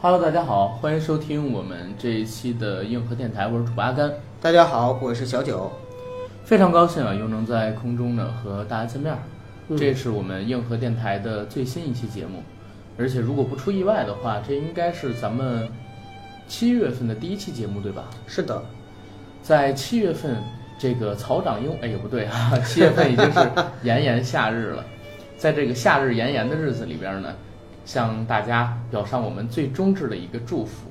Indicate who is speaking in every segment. Speaker 1: Hello，大家好，欢迎收听我们这一期的硬核电台，我是主播阿甘。
Speaker 2: 大家好，我是小九。
Speaker 1: 非常高兴啊，又能在空中呢和大家见面儿。这是我们硬核电台的最新一期节目，而且如果不出意外的话，这应该是咱们七月份的第一期节目，对吧？
Speaker 2: 是的，
Speaker 1: 在七月份，这个草长莺哎也不对啊， 七月份已经是炎炎夏日了。在这个夏日炎炎的日子里边呢，向大家表上我们最衷挚的一个祝福。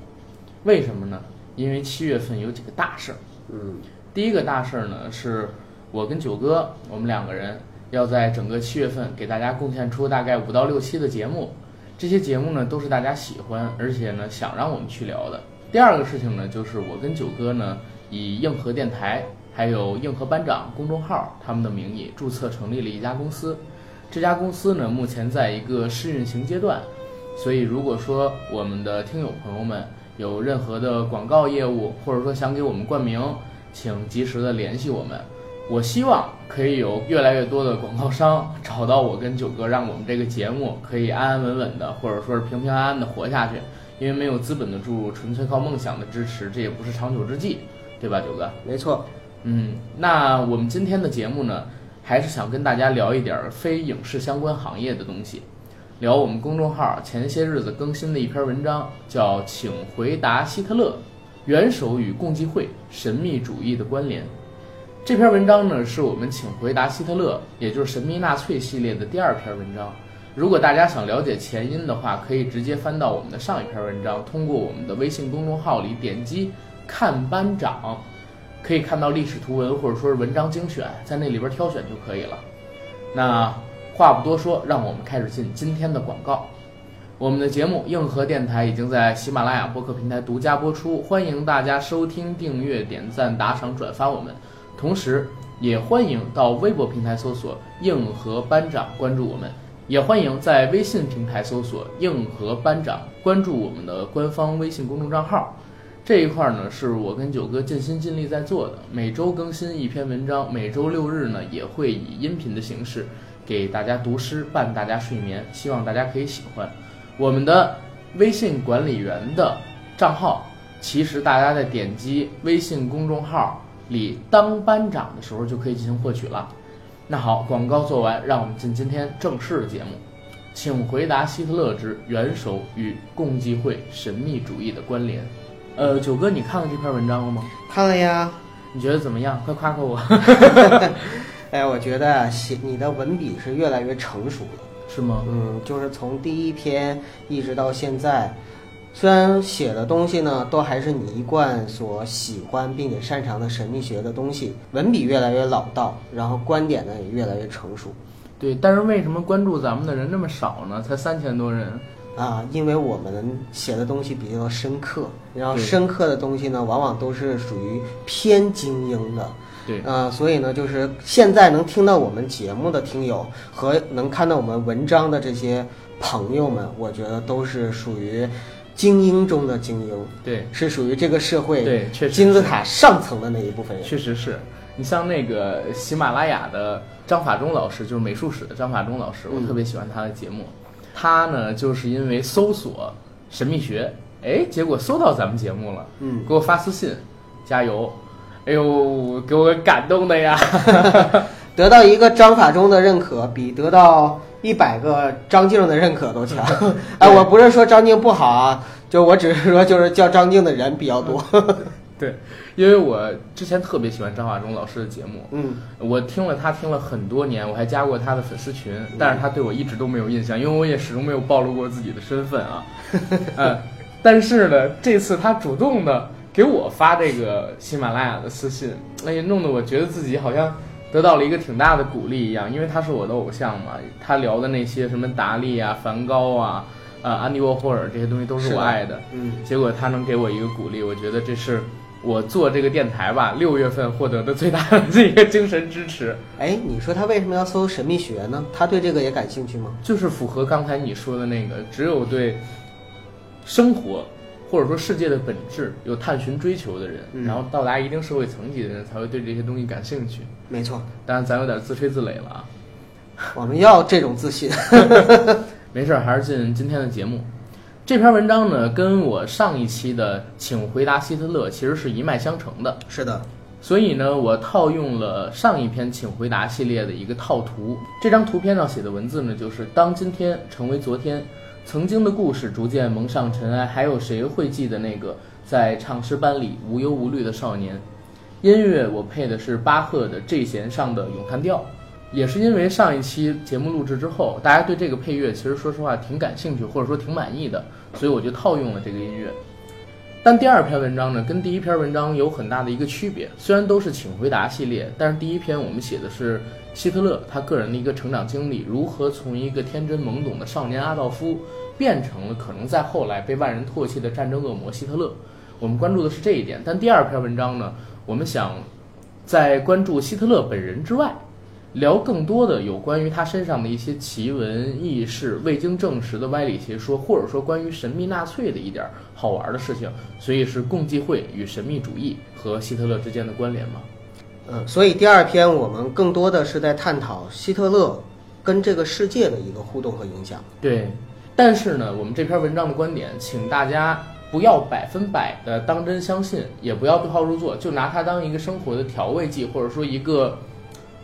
Speaker 1: 为什么呢？因为七月份有几个大事儿。
Speaker 2: 嗯，
Speaker 1: 第一个大事儿呢，是我跟九哥，我们两个人要在整个七月份给大家贡献出大概五到六期的节目。这些节目呢，都是大家喜欢，而且呢想让我们去聊的。第二个事情呢，就是我跟九哥呢，以硬核电台还有硬核班长公众号他们的名义注册成立了一家公司。这家公司呢，目前在一个试运行阶段，所以如果说我们的听友朋友们有任何的广告业务，或者说想给我们冠名，请及时的联系我们。我希望可以有越来越多的广告商找到我跟九哥，让我们这个节目可以安安稳稳的，或者说是平平安安的活下去。因为没有资本的注入，纯粹靠梦想的支持，这也不是长久之计，对吧，九哥？
Speaker 2: 没错。
Speaker 1: 嗯，那我们今天的节目呢，还是想跟大家聊一点儿非影视相关行业的东西，聊我们公众号前些日子更新的一篇文章，叫《请回答希特勒：元首与共济会神秘主义的关联》。这篇文章呢，是我们《请回答希特勒》，也就是神秘纳粹系列的第二篇文章。如果大家想了解前因的话，可以直接翻到我们的上一篇文章，通过我们的微信公众号里点击“看班长”，可以看到历史图文或者说是文章精选，在那里边挑选就可以了。那话不多说，让我们开始进今天的广告。我们的节目《硬核电台》已经在喜马拉雅播客平台独家播出，欢迎大家收听、订阅、点赞、打赏、转发我们。同时，也欢迎到微博平台搜索“硬核班长”关注我们，也欢迎在微信平台搜索“硬核班长”关注我们的官方微信公众账号。这一块呢，是我跟九哥尽心尽力在做的，每周更新一篇文章，每周六日呢也会以音频的形式给大家读诗，伴大家睡眠，希望大家可以喜欢。我们的微信管理员的账号，其实大家在点击微信公众号里当班长的时候就可以进行获取了。那好，广告做完，让我们进今天正式的节目，请回答希特勒之元首与共济会神秘主义的关联。呃，九哥，你看了这篇文章了吗？
Speaker 2: 看了呀，
Speaker 1: 你觉得怎么样？快夸夸我，
Speaker 2: 哎，我觉得写你的文笔是越来越成熟了。
Speaker 1: 是吗？
Speaker 2: 嗯，就是从第一篇一直到现在，虽然写的东西呢，都还是你一贯所喜欢并且擅长的神秘学的东西，文笔越来越老道，然后观点呢也越来越成熟
Speaker 1: 对，但是为什么关注咱们的人那么少呢？才三千多人。
Speaker 2: 啊，因为我们写的东西比较深刻，然后
Speaker 1: 对
Speaker 2: 深刻的东西呢，往往都是属于偏精英的。
Speaker 1: 对，
Speaker 2: 呃，所以呢，就是现在能听到我们节目的听友和能看到我们文章的这些朋友们，我觉得都是属于精英中的精英，
Speaker 1: 对，
Speaker 2: 是属于这个社会
Speaker 1: 对，确实
Speaker 2: 金字塔上层的那一部分人。
Speaker 1: 确实是你像那个喜马拉雅的张法中老师，就是美术史的张法中老师，我
Speaker 2: 嗯
Speaker 1: 特别喜欢他的节目。他呢，就是因为搜索神秘学，哎，结果搜到咱们节目了，
Speaker 2: 嗯，
Speaker 1: 给我发私信，加油！哎呦，给我感动的呀！
Speaker 2: 得到一个章法中的认可，比得到一百个张静的认可都 强。哎，我不是说张静不好啊，就我只是说就是叫张静的人比较多。
Speaker 1: 嗯对，因为我之前特别喜欢张法中老师的节目，
Speaker 2: 嗯，
Speaker 1: 我听了他听了很多年，我还加过他的粉丝群，但是他对我一直都没有印象，因为我也始终没有暴露过自己的身份啊。嗯，但是呢，这次他主动的给我发这个喜马拉雅的私信，哎呀，弄得我觉得自己好像得到了一个挺大的鼓励一样，因为他是我的偶像嘛，他聊的那些什么达利啊、梵高啊、呃安迪沃霍尔这些东西都是
Speaker 2: 是
Speaker 1: 我
Speaker 2: 的
Speaker 1: 爱的。
Speaker 2: 嗯，
Speaker 1: 结果他能给我一个鼓励，我觉得这是我做这个电台吧，六月份获得的最大的一个精神支持，
Speaker 2: 哎，你说他为什么要搜神秘学呢？他对这个也感兴趣吗？
Speaker 1: 就是符合刚才你说的那个，只有对生活或者说世界的本质有探寻追求的人，
Speaker 2: 嗯
Speaker 1: 然后到达一定社会层级的人，才会对这些东西感兴趣。
Speaker 2: 没错，
Speaker 1: 当然，咱有点自吹自擂了啊，
Speaker 2: 我们要这种自信。
Speaker 1: 没事儿，还是进今天的节目。这篇文章呢，跟我上一期的《请回答希特勒》其实是一脉相承的，
Speaker 2: 是的，
Speaker 1: 所以呢，我套用了上一篇《请回答》系列的一个套图。这张图片上写的文字呢，就是“当今天成为昨天，曾经的故事逐渐蒙上尘埃，还有谁会记得那个在唱诗班里无忧无虑的少年？”音乐我配的是巴赫的 G 弦上的咏叹调，也是因为上一期节目录制之后，大家对这个配乐其实说实话挺感兴趣，或者说挺满意的，所以我就套用了这个音乐。但第二篇文章呢，跟第一篇文章有很大的一个区别。虽然都是请回答系列，但是第一篇我们写的是希特勒他个人的一个成长经历，如何从一个天真懵懂的少年阿道夫，变成了可能在后来被万人唾弃的战争恶魔希特勒。我们关注的是这一点。但第二篇文章呢，我们想在关注希特勒本人之外，聊更多的有关于他身上的一些奇闻异事、未经证实的歪理邪说，或者说关于神秘纳粹的一点好玩的事情，所以是共济会与神秘主义和希特勒之间的关联吗？
Speaker 2: 嗯，所以第二篇我们更多的是在探讨希特勒跟这个世界的一个互动和影响。
Speaker 1: 对，但是呢，我们这篇文章的观点，请大家不要百分百的当真相信，也不要对号入座，就拿它当一个生活的调味剂，或者说一个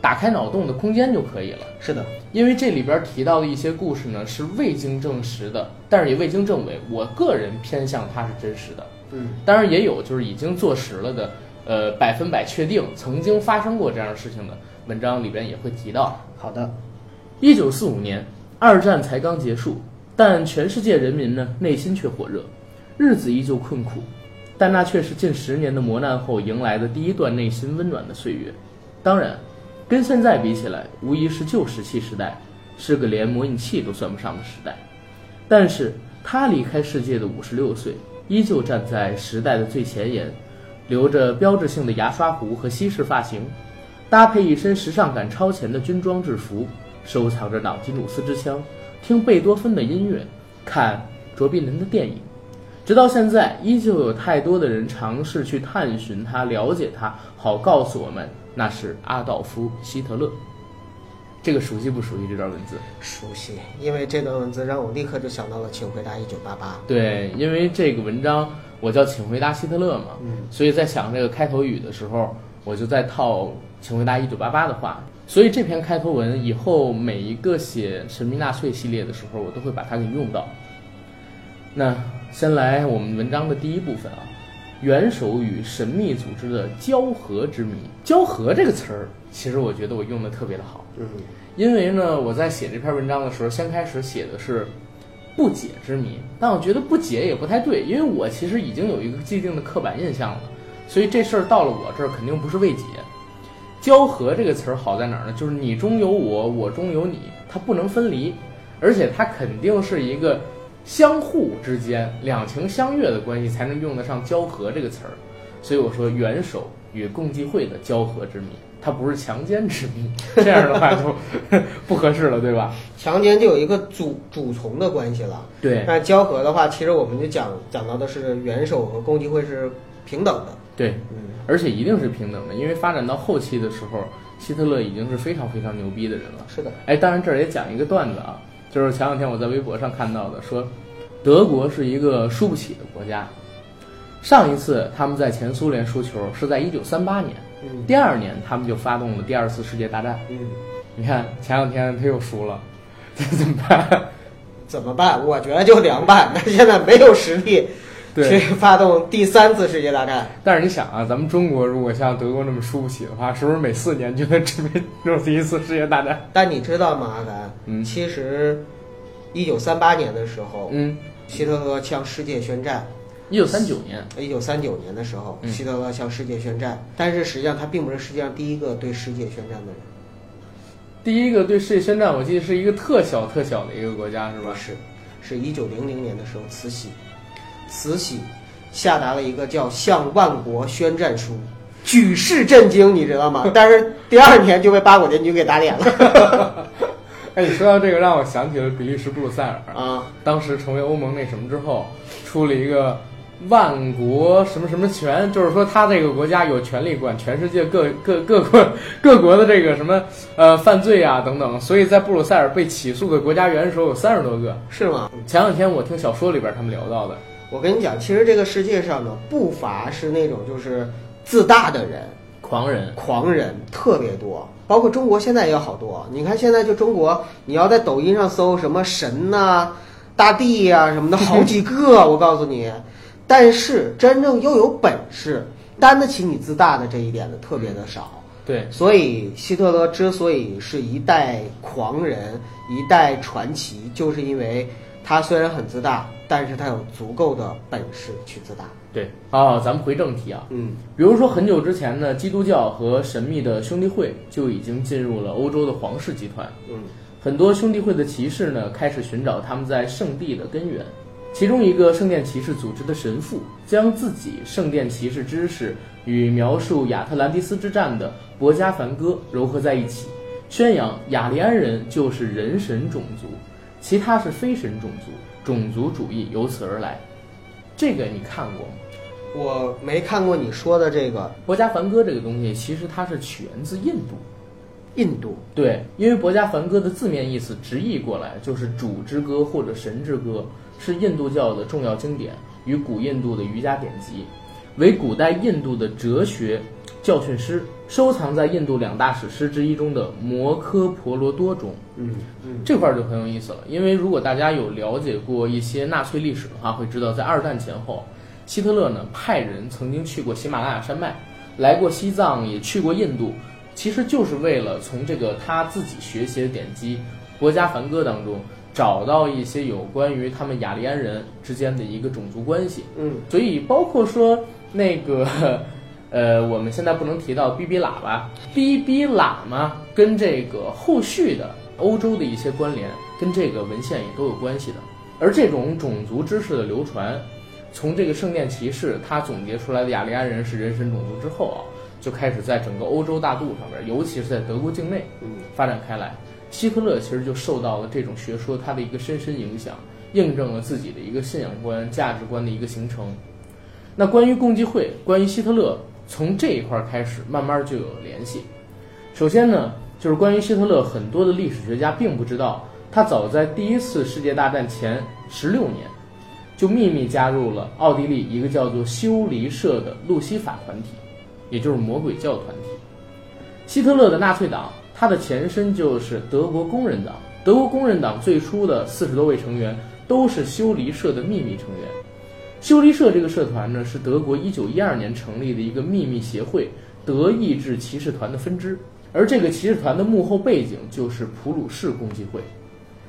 Speaker 1: 打开脑洞的空间就可以了。
Speaker 2: 是的，
Speaker 1: 因为这里边提到的一些故事呢，是未经证实的，但是也未经证伪。我个人偏向它是真实的，
Speaker 2: 嗯，
Speaker 1: 当然也有就是已经坐实了的，呃，百分百确定曾经发生过这样的事情的文章里边也会提到。
Speaker 2: 好的，
Speaker 1: 一九四五年，二战才刚结束，但全世界人民呢内心却火热，日子依旧困苦，但那却是近十年的磨难后迎来的第一段内心温暖的岁月。当然，跟现在比起来，无疑是旧石器时代，是个连模拟器都算不上的时代。但是他离开世界的五十六岁，依旧站在时代的最前沿，留着标志性的牙刷胡和西式发型，搭配一身时尚感超前的军装制服，收藏着瑙吉鲁斯之枪，听贝多芬的音乐，看卓别林的电影。直到现在，依旧有太多的人尝试去探寻他、了解他，好告诉我们那是阿道夫·希特勒。这个熟悉不熟悉这段文字？
Speaker 2: 熟悉，因为这段文字让我立刻就想到了《请回答一九八八》。
Speaker 1: 对，因为这个文章我叫《请回答希特勒》嘛，
Speaker 2: 嗯
Speaker 1: 所以在想这个开头语的时候，我就在套《请回答一九八八》的话。所以这篇开头文以后每一个写《神秘纳粹》系列的时候，我都会把它给用到。那先来我们文章的第一部分啊，元首与神秘组织的交合之谜。交合这个词儿，其实我觉得我用的特别的好。
Speaker 2: 嗯，
Speaker 1: 因为呢，我在写这篇文章的时候，先开始写的是不解之谜，但我觉得不解也不太对，因为我其实已经有一个既定的刻板印象了，所以这事儿到了我这儿肯定不是未解。交合这个词儿好在哪儿呢？就是你中有我，我中有你，它不能分离，而且它肯定是一个相互之间两情相悦的关系，才能用得上交合这个词儿。所以我说元首与共济会的交合之谜，它不是强奸之谜， 这样的话就 不合适了，对吧？
Speaker 2: 强奸就有一个主主从的关系了。
Speaker 1: 对
Speaker 2: 那交合的话，其实我们就讲讲到的是元首和共济会是平等的。
Speaker 1: 对，
Speaker 2: 嗯，
Speaker 1: 而且一定是平等的，因为发展到后期的时候，希特勒已经是非常非常牛逼的人了。
Speaker 2: 是的，
Speaker 1: 哎，当然这儿也讲一个段子啊，就是前两天我在微博上看到的，说德国是一个输不起的国家。上一次他们在前苏联输球是在一九三八年，
Speaker 2: 嗯
Speaker 1: 第二年他们就发动了第二次世界大战。
Speaker 2: 嗯，
Speaker 1: 你看前两天他又输了，这怎么办？
Speaker 2: 怎么办？我觉得就凉拌，但 现在没有实力
Speaker 1: 对
Speaker 2: 去发动第三次世界大战。
Speaker 1: 但是你想啊，咱们中国如果像德国那么输不起的话，是不是每四年就能准备弄第一次世界大战？
Speaker 2: 但你知道吗，阿南？
Speaker 1: 嗯
Speaker 2: 其实，一九三八年的时候，
Speaker 1: 嗯，
Speaker 2: 希特勒向世界宣战。
Speaker 1: 一九三九年，
Speaker 2: 一九三九年的时候，
Speaker 1: 嗯
Speaker 2: 希特勒向世界宣战，但是实际上他并不是世界上第一个对世界宣战的人，
Speaker 1: 第一个对世界宣战，我记得是一个特小特小的一个国家，是吧
Speaker 2: 不？是，是一九零零年的时候，慈禧，慈禧下达了一个叫《向万国宣战书》，举世震惊，你知 道吗？但是第二年就被八国联军给打脸了
Speaker 1: 哎，你说到这个，让我想起了比利时布鲁塞尔，
Speaker 2: 啊！
Speaker 1: 当时成为欧盟那什么之后，出了一个
Speaker 3: 万国什么什么权，就是说他这个国家有权利管全世界各 各各国各国的这个什么呃犯罪啊等等，所以在布鲁塞尔被起诉的国家元首有三十多个。
Speaker 2: 是吗？
Speaker 3: 前两天我听小说里边他们聊到的，
Speaker 2: 我跟你讲，其实这个世界上呢，不乏是那种就是自大的人，
Speaker 1: 狂人，
Speaker 2: 狂人特别多，包括中国现在也有好多。你看现在就中国，你要在抖音上搜什么神呐、大地呀、什么的，好几个，我告诉你。但是真正又有本事担得起你自大的这一点的特别的少。
Speaker 3: 对，
Speaker 2: 所以希特勒之所以是一代狂人、一代传奇，就是因为他虽然很自大，但是他有足够的本事去自大。
Speaker 1: 对
Speaker 3: 哦
Speaker 1: 啊，咱们回正题啊。
Speaker 2: 嗯，
Speaker 1: 比如说很久之前呢，基督教和神秘的兄弟会就已经进入了欧洲的皇室集团。
Speaker 2: 嗯，
Speaker 1: 很多兄弟会的骑士呢，开始寻找他们在圣地的根源。其中一个圣殿骑士组织的神父，将自己圣殿骑士知识与描述亚特兰蒂斯之战的博加梵歌糅合在一起，宣扬雅利安人就是人神种族，其他是非神种族，种族主义由此而来。这个你看过吗？
Speaker 2: 我没看过你说的这个
Speaker 1: 博加梵歌这个东西，其实它是起源自印度。
Speaker 2: 印度，
Speaker 1: 对，因为博加梵歌的字面意思直译过来就是“主之歌”或者“神之歌”，是印度教的重要经典与古印度的瑜伽典籍，为古代印度的哲学教训师，收藏在印度两大史诗之一中的《摩诃婆罗多》中。
Speaker 2: 嗯嗯，
Speaker 1: 这块儿就很有意思了，因为如果大家有了解过一些纳粹历史的话，会知道在二战前后，希特勒呢派人曾经去过喜马拉雅山脉，来过西藏，也去过印度，其实就是为了从这个他自己学习的典籍《国家梵歌》当中找到一些有关于他们雅利安人之间的一个种族关系。
Speaker 2: 嗯
Speaker 1: 所以包括说那个， 呃，我们现在不能提到哔哔喇叭，哔哔喇嘛跟这个后续的欧洲的一些关联，跟这个文献也都有关系的。而这种种族知识的流传，从这个圣殿骑士他总结出来的雅利安人是人神种族之后啊，就开始在整个欧洲大陆上面，尤其是在德国境内
Speaker 2: 嗯，
Speaker 1: 发展开来。希特勒其实就受到了这种学说它的一个深深影响，印证了自己的一个信仰观、价值观的一个形成。那关于共济会，关于希特勒，从这一块儿开始，慢慢就有了联系。首先呢，就是关于希特勒，很多的历史学家并不知道，他早在第一次世界大战前十六年，就秘密加入了奥地利一个叫做修理社的路西法团体，也就是魔鬼教团体。希特勒的纳粹党，它的前身就是德国工人党。德国工人党最初的四十多位成员都是修理社的秘密成员。修理社这个社团呢，是德国一九一二年成立的一个秘密协会——德意志骑士团的分支。而这个骑士团的幕后背景就是普鲁士共济会。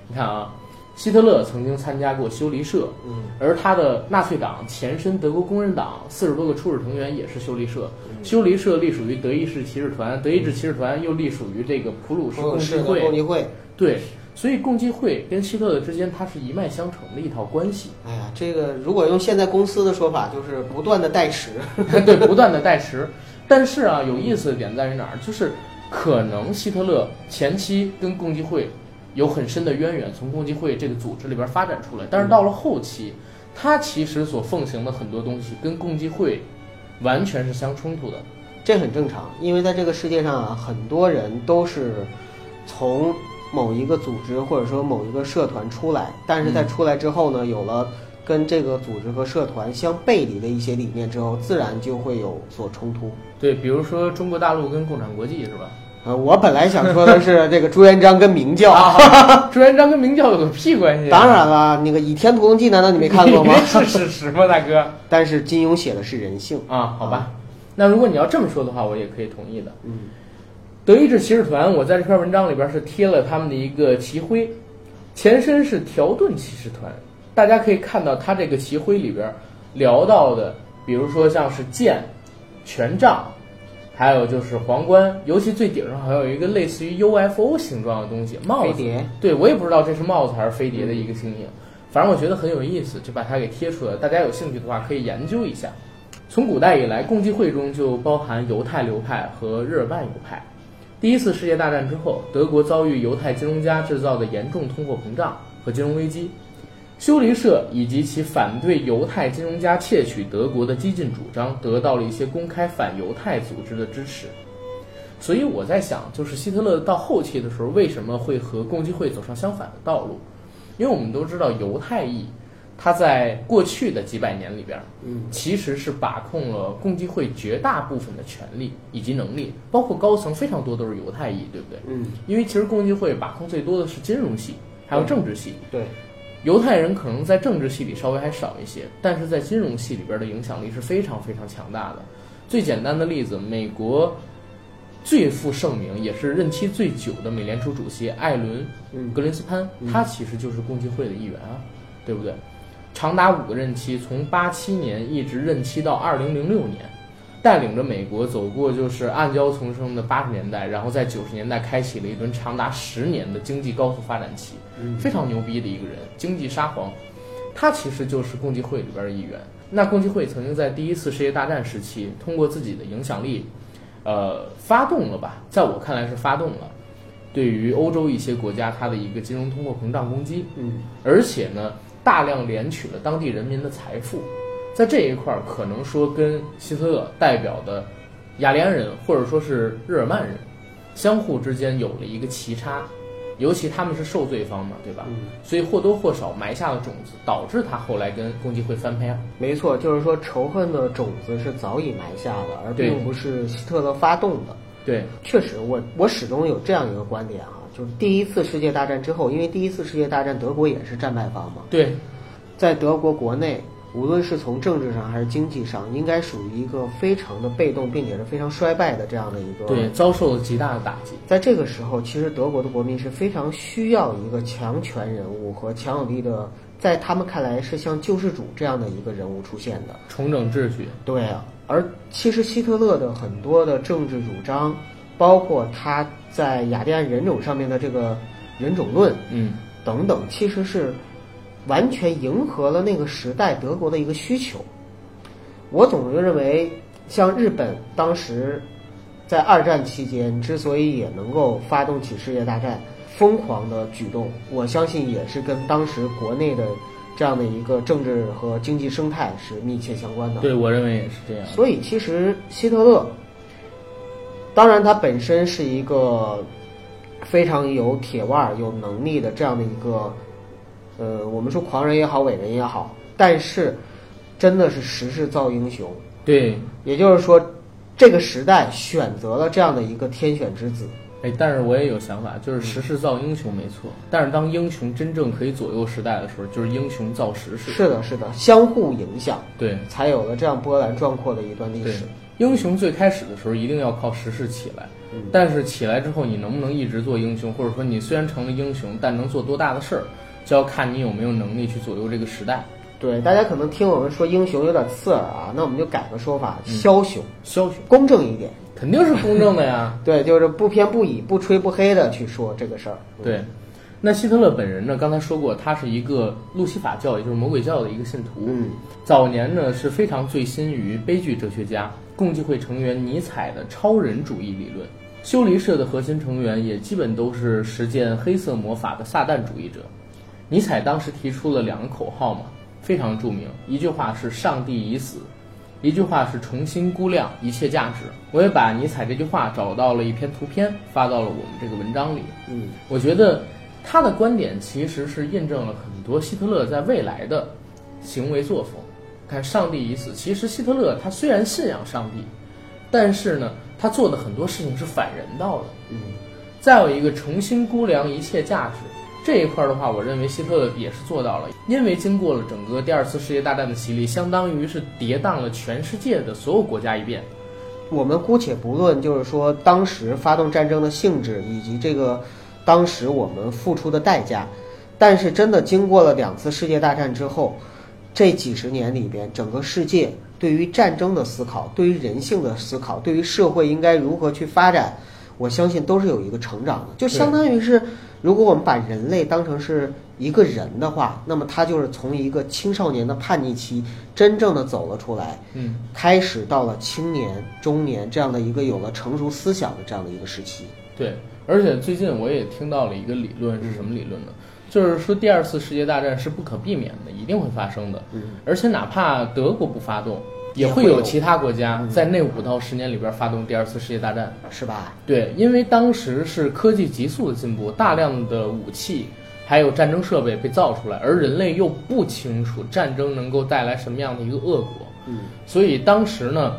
Speaker 1: 你看啊，希特勒曾经参加过修理社，
Speaker 2: 嗯，
Speaker 1: 而他的纳粹党前身德国工人党四十多个初始成员也是修理社，
Speaker 2: 嗯
Speaker 1: 修理社隶属于德意志骑士团，德意志骑士团又隶属于这个普鲁士
Speaker 2: 普
Speaker 1: 共
Speaker 2: 鲁
Speaker 1: 济
Speaker 2: 士的共
Speaker 1: 会，
Speaker 2: 济会。
Speaker 1: 对，所以共济会跟希特勒之间它是一脉相承的一套关系，
Speaker 2: 哎呀，这个如果用现在公司的说法，就是不断的代持。
Speaker 1: 对，不断的代持。但是啊，有意思的点在于哪儿？就是可能希特勒前期跟共济会有很深的渊源，从共济会这个组织里边发展出来。但是到了后期，他其实所奉行的很多东西跟共济会完全是相冲突的。
Speaker 2: 这很正常，因为在这个世界上啊，很多人都是从某一个组织或者说某一个社团出来，但是在出来之后呢，有了跟这个组织和社团相背离的一些理念之后，自然就会有所冲突。
Speaker 1: 对，比如说中国大陆跟共产国际是吧？
Speaker 2: 呃，我本来想说的是这个朱元璋跟明教，
Speaker 1: 朱元璋跟明教有个屁关系啊？？
Speaker 2: 当然了，那个《倚天屠龙记》难道你没看过吗
Speaker 1: 是史实吗，大哥？
Speaker 2: 但是金庸写的是人性，
Speaker 1: 啊，好吧。那如果你要这么说的话，我也可以同意的。
Speaker 2: 嗯，
Speaker 1: 德意志骑士团，我在这篇文章里边是贴了他们的一个旗徽，前身是条顿骑士团。大家可以看到，它这个旗徽里边聊到的，比如说像是剑、权杖，还有就是皇冠，尤其最顶上还有一个类似于 UFO 形状的东西，帽
Speaker 2: 飞
Speaker 1: 子。
Speaker 2: 碟。
Speaker 1: 对我也不知道这是帽子还是飞碟的一个新颖，反正我觉得很有意思，就把它给贴出来。大家有兴趣的话可以研究一下。从古代以来，共济会中就包含犹太流派和日耳曼流派。第一次世界大战之后，德国遭遇犹太金融家制造的严重通货膨胀和金融危机，修黎社以及其反对犹太金融家窃取德国的激进主张，得到了一些公开反犹太组织的支持。所以我在想，就是希特勒到后期的时候，为什么会和共济会走上相反的道路？因为我们都知道，犹太裔他在过去的几百年里边，
Speaker 2: 嗯，
Speaker 1: 其实是把控了共济会绝大部分的权利以及能力，包括高层非常多都是犹太裔，对不对？
Speaker 2: 嗯，
Speaker 1: 因为其实共济会把控最多的是金融系，还有政治系。
Speaker 2: 对，
Speaker 1: 犹太人可能在政治系里稍微还少一些，但是在金融系里边的影响力是非常非常强大的。最简单的例子，美国最负盛名也是任期最久的美联储主席艾伦
Speaker 2: 嗯
Speaker 1: ·格林斯潘，
Speaker 2: 嗯
Speaker 1: 他其实就是共济会的一员啊，对不对？长达五个任期，从八七年一直任期到二零零六年，带领着美国走过就是暗礁丛生的八十年代，然后在九十年代开启了一轮长达十年的经济高速发展期。
Speaker 2: 嗯
Speaker 1: 非常牛逼的一个人，经济沙皇，他其实就是共济会里边的一员。那共济会曾经在第一次世界大战时期，通过自己的影响力，呃，发动了吧？在我看来是发动了对于欧洲一些国家它的一个金融通货膨胀攻击，
Speaker 2: 嗯
Speaker 1: 而且呢，大量敛取了当地人民的财富。在这一块儿，可能说跟希特勒代表的雅利安人或者说是日耳曼人相互之间有了一个奇差，尤其他们是受罪方嘛，对吧？
Speaker 2: 嗯，
Speaker 1: 所以或多或少埋下了种子，导致他后来跟共济会翻篇。啊
Speaker 2: 没错，就是说仇恨的种子是早已埋下了，而
Speaker 1: 对
Speaker 2: 并不是希特勒发动的。
Speaker 1: 对，
Speaker 2: 确实我，我始终有这样一个观点啊，就是第一次世界大战之后，因为第一次世界大战德国也是战败方嘛，
Speaker 1: 对，
Speaker 2: 在德国国内，无论是从政治上还是经济上，应该属于一个非常的被动，并且是非常衰败的这样的一个。
Speaker 1: 对，，遭受了极大的打击。
Speaker 2: 在这个时候，其实德国的国民是非常需要一个强权人物和强有力的，在他们看来是像救世主这样的一个人物出现的。
Speaker 1: 重整秩序，
Speaker 2: 对啊，而其实希特勒的很多的政治主张，包括他在雅利安人种上面的这个人种论
Speaker 1: 嗯，
Speaker 2: 等等，其实是完全迎合了那个时代德国的一个需求。我总是认为，像日本当时在二战期间之所以也能够发动起世界大战疯狂的举动，我相信也是跟当时国内的这样的一个政治和经济生态是密切相关的。
Speaker 1: 对我认为也是这样。
Speaker 2: 嗯所以其实希特勒，当然他本身是一个非常有铁腕儿、有能力的这样的一个，呃，我们说狂人也好，伟人也好，但是真的是时势造英雄，
Speaker 1: 对，
Speaker 2: 也就是说，这个时代选择了这样的一个天选之子。
Speaker 1: 哎，但是我也有想法，就是时势造英雄没错，但是当英雄真正可以左右时代的时候，就是英雄造时势。
Speaker 2: 是的，是的，相互影响，
Speaker 1: 对，
Speaker 2: 才有了这样波澜壮阔的一段历
Speaker 1: 对
Speaker 2: 史。，
Speaker 1: 英雄最开始的时候一定要靠时势起来，但是起来之后，你能不能一直做英雄，或者说你虽然成了英雄，但能做多大的事儿，就要看你有没有能力去左右这个时代。
Speaker 2: 对，大家可能听我们说英雄有点刺耳啊，那我们就改个说法，枭雄，
Speaker 1: 枭雄
Speaker 2: 公正一点。
Speaker 1: 肯定是公正的呀，
Speaker 2: 对，就是不偏不倚、不吹不黑的去说这个事儿。
Speaker 1: 对。那希特勒本人呢？刚才说过，他是一个路西法教，也就是魔鬼教的一个信徒。
Speaker 2: 嗯，
Speaker 1: 早年呢是非常醉心于悲剧哲学家共济会成员尼采的超人主义理论。修离社的核心成员也基本都是实践黑色魔法的撒旦主义者。尼采当时提出了两个口号嘛，非常著名，一句话是“上帝已死”，一句话是“重新估量一切价值”。我也把尼采这句话找到了一篇图片，发到了我们这个文章里。
Speaker 2: 嗯，
Speaker 1: 我觉得他的观点其实是印证了很多希特勒在未来的行为作风。看，上帝已死。其实希特勒他虽然信仰上帝，但是呢，他做的很多事情是反人道的。
Speaker 2: 嗯，
Speaker 1: 再有一个重新估量一切价值这一块儿的话，我认为希特勒也是做到了，因为经过了整个第二次世界大战的洗礼，相当于是跌宕了全世界的所有国家一遍。
Speaker 2: 我们姑且不论，就是说当时发动战争的性质以及这个当时我们付出的代价，但是真的经过了两次世界大战之后，这几十年里边，整个世界对于战争的思考、对于人性的思考、对于社会应该如何去发展，我相信都是有一个成长的。就相当于是，如果我们把人类当成是一个人的话，那么他就是从一个青少年的叛逆期真正的走了出来。
Speaker 1: 嗯，
Speaker 2: 开始到了青年、中年这样的一个有了成熟思想的这样的一个时期。嗯
Speaker 1: 对，而且最近我也听到了一个理论，是什么理论呢？就是说第二次世界大战是不可避免的，一定会发生的。
Speaker 2: 嗯，
Speaker 1: 而且哪怕德国不发动，
Speaker 2: 也
Speaker 1: 也
Speaker 2: 会
Speaker 1: 会
Speaker 2: 有嗯
Speaker 1: 有其他国家在那五到十年里边发动第二次世界大战。
Speaker 2: 是吧？
Speaker 1: 对，因为当时是科技急速的进步，大量的武器还有战争设备被造出来，而人类又不清楚战争能够带来什么样的一个恶果，
Speaker 2: 嗯，
Speaker 1: 所以当时呢，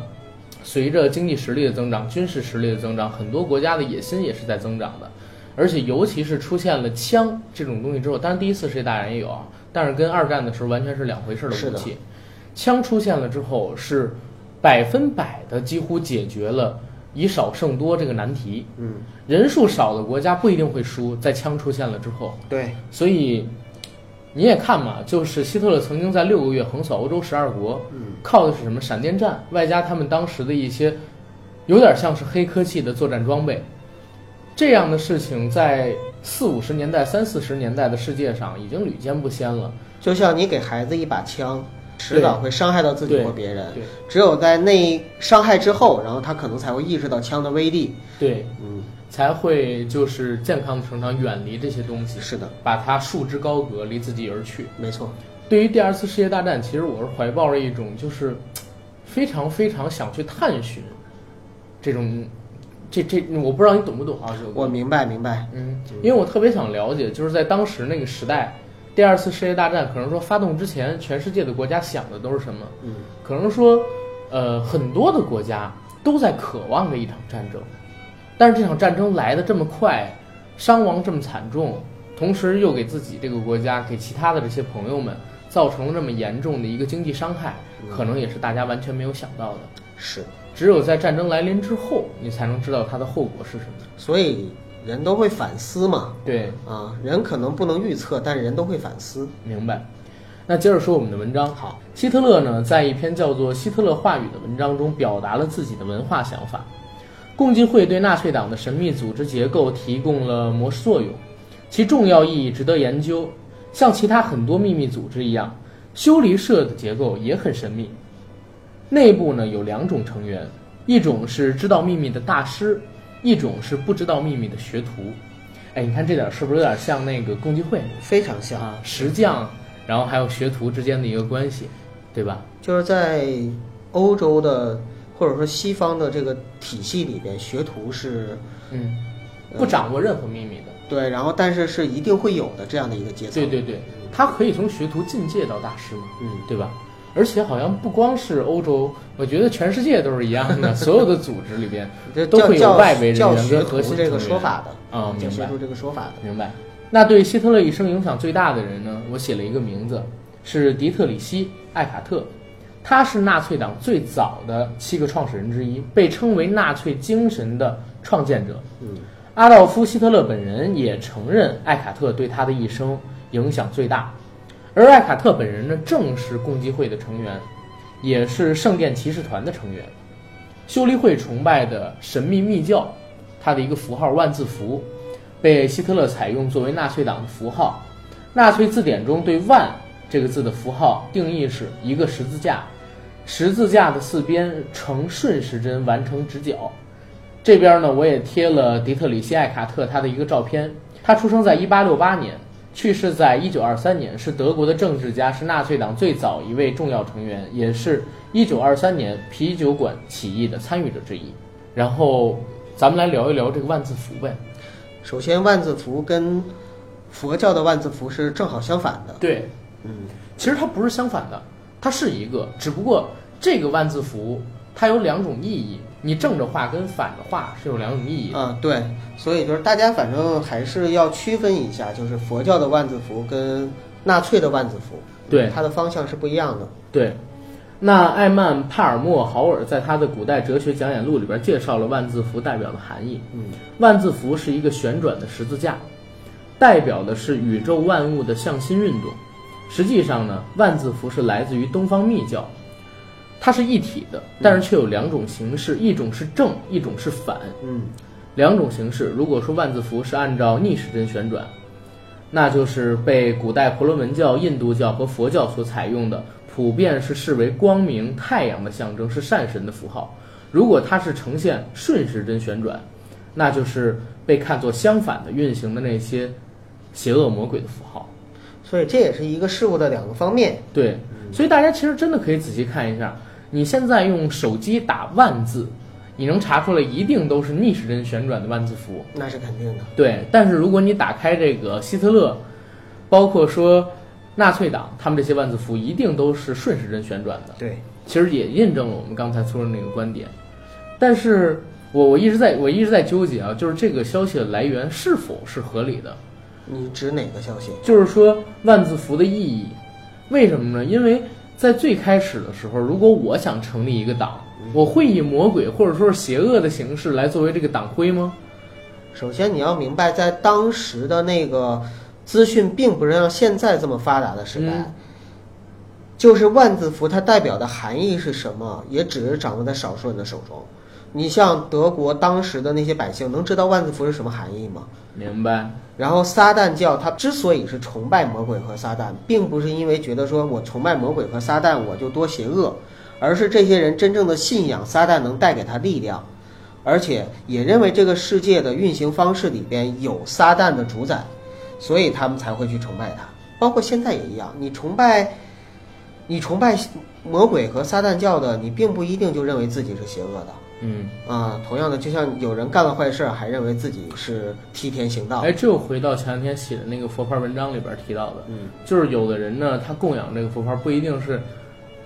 Speaker 1: 随着经济实力的增长、军事实力的增长，很多国家的野心也是在增长的。而且，尤其是出现了枪这种东西之后，当然第一次世界大战也有啊，但是跟二战的时候完全是两回事儿
Speaker 2: 是的
Speaker 1: 武器。枪出现了之后，是百分百的几乎解决了以少胜多这个难题。
Speaker 2: 嗯，
Speaker 1: 人数少的国家不一定会输，在枪出现了之后，
Speaker 2: 对，
Speaker 1: 所以你也看嘛，就是希特勒曾经在六个月横扫欧洲十二国，
Speaker 2: 嗯，
Speaker 1: 靠的是什么闪电战，外加他们当时的一些有点像是黑科技的作战装备。这样的事情在四五十年代、三四十年代的世界上已经屡见不鲜了。
Speaker 2: 就像你给孩子一把枪，迟早会伤害到自己
Speaker 1: 对
Speaker 2: 或别人。
Speaker 1: 对
Speaker 2: 只有在那伤害之后，然后他可能才会意识到枪的威力。
Speaker 1: 对，
Speaker 2: 嗯，
Speaker 1: 才会就是健康的成长，远离这些东西，
Speaker 2: 是的，
Speaker 1: 把它束之高阁，离自己而去。
Speaker 2: 没错。
Speaker 1: 对于第二次世界大战，其实我是怀抱着一种就是嘖非常非常想去探寻这种这这，我不知道你懂不懂啊？这个
Speaker 2: 我明白，明白。
Speaker 1: 嗯，因为我特别想了解，就是在当时那个时代，第二次世界大战可能说发动之前，全世界的国家想的都是什么？
Speaker 2: 嗯，
Speaker 1: 可能说，呃，很多的国家都在渴望着一场战争，但是这场战争来的这么快，伤亡这么惨重，同时又给自己这个国家、给其他的这些朋友们造成了这么严重的一个经济伤害，可能也是大家完全没有想到的。
Speaker 2: 是，
Speaker 1: 只有在战争来临之后，你才能知道它的后果是什么。
Speaker 2: 所以人都会反思嘛。
Speaker 1: 对，
Speaker 2: 啊，人可能不能预测，但人都会反思。
Speaker 1: 明白。那接着说我们的文章。
Speaker 2: 好，
Speaker 1: 希特勒呢，在一篇叫做《希特勒话语》的文章中，表达了自己的文化想法。共济会对纳粹党的神秘组织结构提供了模式作用，其重要意义值得研究。像其他很多秘密组织一样，修理社的结构也很神秘。内部呢有两种成员，一种是知道秘密的大师，一种是不知道秘密的学徒。哎，你看这点是不是有点像那个共济会？
Speaker 2: 非常像，
Speaker 1: 啊，石匠，然后还有学徒之间的一个关系，对吧？
Speaker 2: 就是在欧洲的或者说西方的这个体系里边，学徒是
Speaker 1: 嗯，不掌握任何秘密的。
Speaker 2: 对，然后但是是一定会有的这样的一个阶层。
Speaker 1: 对对对，他可以从学徒进阶到大师嘛，
Speaker 2: 嗯，
Speaker 1: 对吧？而且好像不光是欧洲，我觉得全世界都是一样的， 所有的组织里边
Speaker 2: 这
Speaker 1: 都
Speaker 2: 叫
Speaker 1: 会有
Speaker 2: 叫
Speaker 1: 外围人
Speaker 2: 叫
Speaker 1: 员
Speaker 2: 学
Speaker 1: 跟
Speaker 2: 徒
Speaker 1: 核心
Speaker 2: 这个
Speaker 1: 成员
Speaker 2: 说法的
Speaker 1: 啊
Speaker 2: 叫
Speaker 1: 明
Speaker 2: 学
Speaker 1: 白
Speaker 2: 徒这个说法的。
Speaker 1: 明白。那对希特勒一生影响最大的人呢？我写了一个名字，是迪特里希·艾卡特，他是纳粹党最早的七个创始人之一，被称为纳粹精神的创建者。
Speaker 2: 嗯，
Speaker 1: 阿道夫·希特勒本人也承认艾卡特对他的一生影响最大，而艾卡特本人呢，正是共济会的成员，也是圣殿骑士团的成员，修理会崇拜的神秘密教，它的一个符号万字符，被希特勒采用作为纳粹党的符号。纳粹字典中对“万”这个字的符号定义是一个十字架，十字架的四边呈顺时针完成直角。这边呢，我也贴了迪特里希·艾卡特他的一个照片。他出生在1868年，去世在1923年，是德国的政治家，是纳粹党最早一位重要成员，也是1923年啤酒馆起义的参与者之一。然后，咱们来聊一聊这个万字符呗。
Speaker 2: 首先万字符跟佛教的万字符是正好相反的。
Speaker 1: 对，
Speaker 2: 嗯，
Speaker 1: 其实它不是相反的，它是一个，只不过这个万字符它有两种意义，你正着画跟反着画是有两种意义的。
Speaker 2: 啊，对，所以就是大家反正还是要区分一下，就是佛教的万字符跟纳粹的万字符，
Speaker 1: 对
Speaker 2: 它的方向是不一样的。
Speaker 1: 对，那艾曼、帕尔默、豪尔在他的《古代哲学讲演录》里边介绍了万字符代表的含义。
Speaker 2: 嗯，
Speaker 1: 万字符是一个旋转的十字架，代表的是宇宙万物的向心运动。实际上呢，万字符是来自于东方密教，它是一体的，但是却有两种形式，一种是正，一种是反。
Speaker 2: 嗯，
Speaker 1: 两种形式。如果说万字符是按照逆时针旋转，那就是被古代婆罗门教、印度教和佛教所采用的，普遍是视为光明、太阳的象征，是善神的符号。如果它是呈现顺时针旋转，那就是被看作相反的运行的那些邪恶魔鬼的符号。
Speaker 2: 所以这也是一个事物的两个方面。
Speaker 1: 对，所以大家其实真的可以仔细看一下，你现在用手机打万字，你能查出来一定都是逆时针旋转的万字符。
Speaker 2: 那是肯定的。
Speaker 1: 对，但是如果你打开这个希特勒，包括说纳粹党，他们这些万字符一定都是顺时针旋转的。
Speaker 2: 对，
Speaker 1: 其实也印证了我们刚才说的那个观点。但是我我一直在我一直在纠结啊，就是这个消息的来源是否是合理的？
Speaker 2: 你指哪个消息？
Speaker 1: 就是说万字符的意义，为什么呢？因为在最开始的时候，如果我想成立一个党，我会以魔鬼或者说是邪恶的形式来作为这个党徽吗？
Speaker 2: 首先你要明白，在当时的那个资讯并不是像现在这么发达的时代，
Speaker 1: 嗯
Speaker 2: 就是万字符它代表的含义是什么，也只是掌握在少数人的手中。你像德国当时的那些百姓，能知道万字符是什么含义吗？
Speaker 1: 明白？
Speaker 2: 然后撒旦教它之所以是崇拜魔鬼和撒旦，并不是因为觉得说我崇拜魔鬼和撒旦我就多邪恶，而是这些人真正的信仰撒旦能带给他力量，而且也认为这个世界的运行方式里边有撒旦的主宰，所以他们才会去崇拜他。包括现在也一样，你崇拜，你崇拜魔鬼和撒旦教的，你并不一定就认为自己是邪恶的。
Speaker 1: 嗯，
Speaker 2: 啊、同样的，就像有人干了坏事儿，还认为自己是替天行道。
Speaker 1: 哎，这又回到前两天写的那个佛牌文章里边提到的，
Speaker 2: 嗯
Speaker 1: 就是有的人呢，他供养这个佛牌不一定是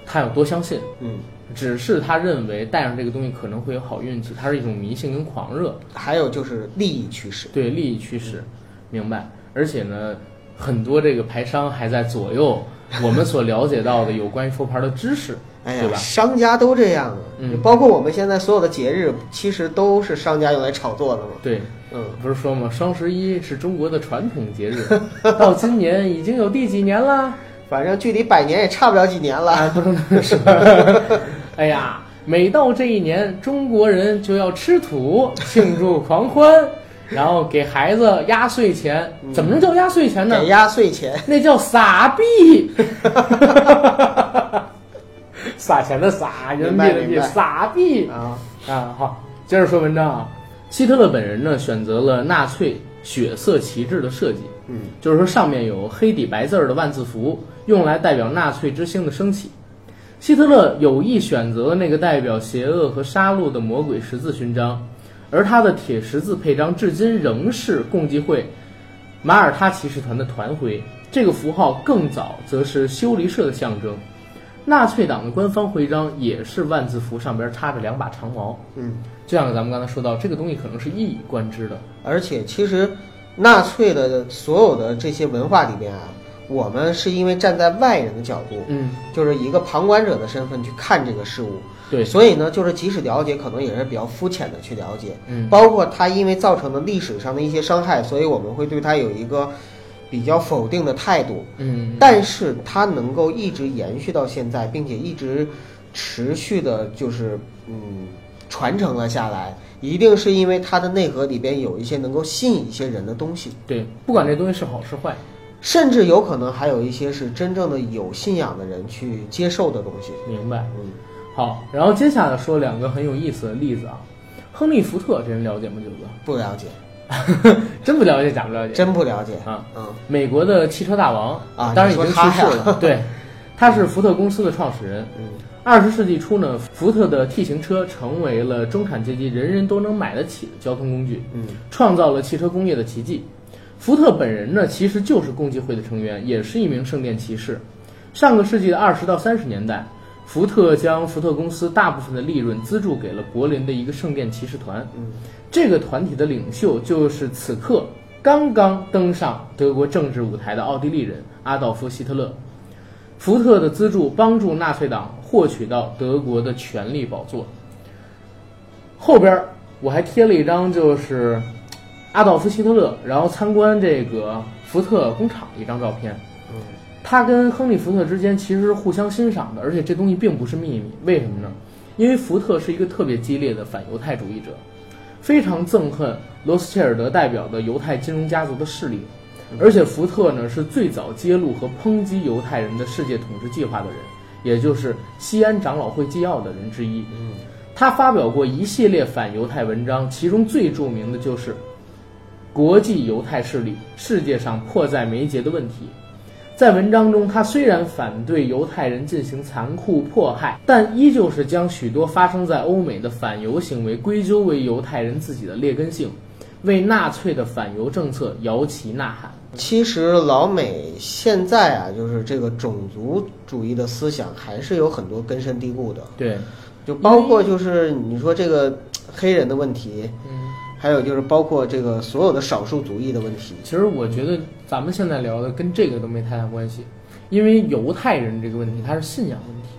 Speaker 1: 他有多相信，
Speaker 2: 嗯，
Speaker 1: 只是他认为带上这个东西可能会有好运气，它是一种迷信跟狂热。
Speaker 2: 还有就是利益驱使。
Speaker 1: 对利益驱
Speaker 2: 嗯
Speaker 1: 使，明白。而且呢，很多这个牌商还在左右我们所了解到的有关于佛牌的知识，
Speaker 2: 哎
Speaker 1: 对
Speaker 2: 呀，
Speaker 1: 吧？
Speaker 2: 商家都这样啊，
Speaker 1: 嗯
Speaker 2: 包括我们现在所有的节日，其实都是商家用来炒作的嘛。
Speaker 1: 对，
Speaker 2: 嗯，
Speaker 1: 不是说吗？双十一是中国的传统节日，到今年已经有第几年啦？
Speaker 2: 反正距离百年也差不了几年了。
Speaker 1: 啊，不是不是， 哎呀，每到这一年，中国人就要吃土，庆祝狂 欢，然后给孩子压岁钱，怎么能叫压岁钱呢
Speaker 2: 嗯给？压岁钱，
Speaker 1: 那叫撒 币，撒钱的撒，人民币的
Speaker 2: 明白明
Speaker 1: 币，
Speaker 2: 白
Speaker 1: 撒币
Speaker 2: 啊，
Speaker 1: 啊！好，接着说文章啊。希特勒本人呢，选择了纳粹血色旗帜的设计，
Speaker 2: 嗯，
Speaker 1: 就是说上面有黑底白字儿的万字符，用来代表纳粹之星的升起。希特勒有意选择了那个代表邪恶和杀戮的魔鬼十字勋章，而他的铁十字配章至今仍是共济会马耳他骑士团的团徽。这个符号更早则是修理社的象征。纳粹党的官方徽章也是万字符，上边插着两把长矛。
Speaker 2: 嗯，
Speaker 1: 就像咱们刚才说到，这个东西可能是一以贯之的。
Speaker 2: 而且其实纳粹的所有的这些文化里边啊，我们是因为站在外人的角度，
Speaker 1: 嗯，
Speaker 2: 就是一个旁观者的身份去看这个事物，
Speaker 1: 对，
Speaker 2: 所以呢，就是即使了解，可能也是比较肤浅的去了解。
Speaker 1: 嗯
Speaker 2: 包括它因为造成的历史上的一些伤害，所以我们会对它有一个比较否定的态度。
Speaker 1: 嗯，
Speaker 2: 但是它能够一直延续到现在，并且一直持续的，就是嗯传承了下来，一定是因为它的内核里边有一些能够吸引一些人的东西，
Speaker 1: 对，不管这东西是好是坏，
Speaker 2: 甚至有可能还有一些是真正的有信仰的人去接受的东西。
Speaker 1: 明白。
Speaker 2: 嗯，
Speaker 1: 好，然后接下来说两个很有意思的例子啊。亨利·福特，这人了解吗？九
Speaker 2: 不了解，
Speaker 1: 哥， 真不了解，假不了解。
Speaker 2: 真不了解。
Speaker 1: 啊，
Speaker 2: 嗯，
Speaker 1: 美国的汽车大王
Speaker 2: 啊
Speaker 1: 当然已经
Speaker 2: 你
Speaker 1: 去
Speaker 2: 说他
Speaker 1: 世
Speaker 2: 呀
Speaker 1: 了。 对，他是福特公司的创始人。
Speaker 2: 嗯。
Speaker 1: 二十世纪初呢，福特的 T 型车成为了中产阶级人人都能买得起的交通工具，
Speaker 2: 嗯，
Speaker 1: 创造了汽车工业的奇迹。福特本人呢，其实就是共济会的成员，也是一名圣殿骑士。上个世纪的二十到三十年代，福特将福特公司大部分的利润资助给了柏林的一个圣殿骑士团。
Speaker 2: 嗯，
Speaker 1: 这个团体的领袖就是此刻刚刚登上德国政治舞台的奥地利人阿道夫·希特勒。福特的资助帮助纳粹党获取到德国的权力宝座。后边儿我还贴了一张，就是阿道夫·希特勒，然后参观这个福特工厂一张照片。
Speaker 2: 嗯，
Speaker 1: 他跟亨利·福特之间其实是互相欣赏的，而且这东西并不是秘密。为什么呢？因为福特是一个特别激烈的反犹太主义者，非常憎恨罗斯切尔德代表的犹太金融家族的势力，而且福特呢是最早揭露和抨击犹太人的世界统治计划的人，也就是西安长老会纪要的人之一。
Speaker 2: 嗯，
Speaker 1: 他发表过一系列反犹太文章，其中最著名的就是《
Speaker 4: 国际犹太势力世界上迫在眉睫的问题。在文章中，他虽然反对犹太人进行残酷迫害，但依旧是将许多发生在欧美的反犹行为归咎为犹太人自己的劣根性，为纳粹的反犹政策摇旗呐喊。
Speaker 2: 其实老美现在啊，就是这个种族主义的思想还是有很多根深蒂固的，
Speaker 4: 对，
Speaker 2: 就包括就是你说这个黑人的问题，嗯，还有就是包括这个所有的少数族裔的问题，
Speaker 1: 其实我觉得咱们现在聊的跟这个都没太大关系，因为犹太人这个问题它是信仰问题，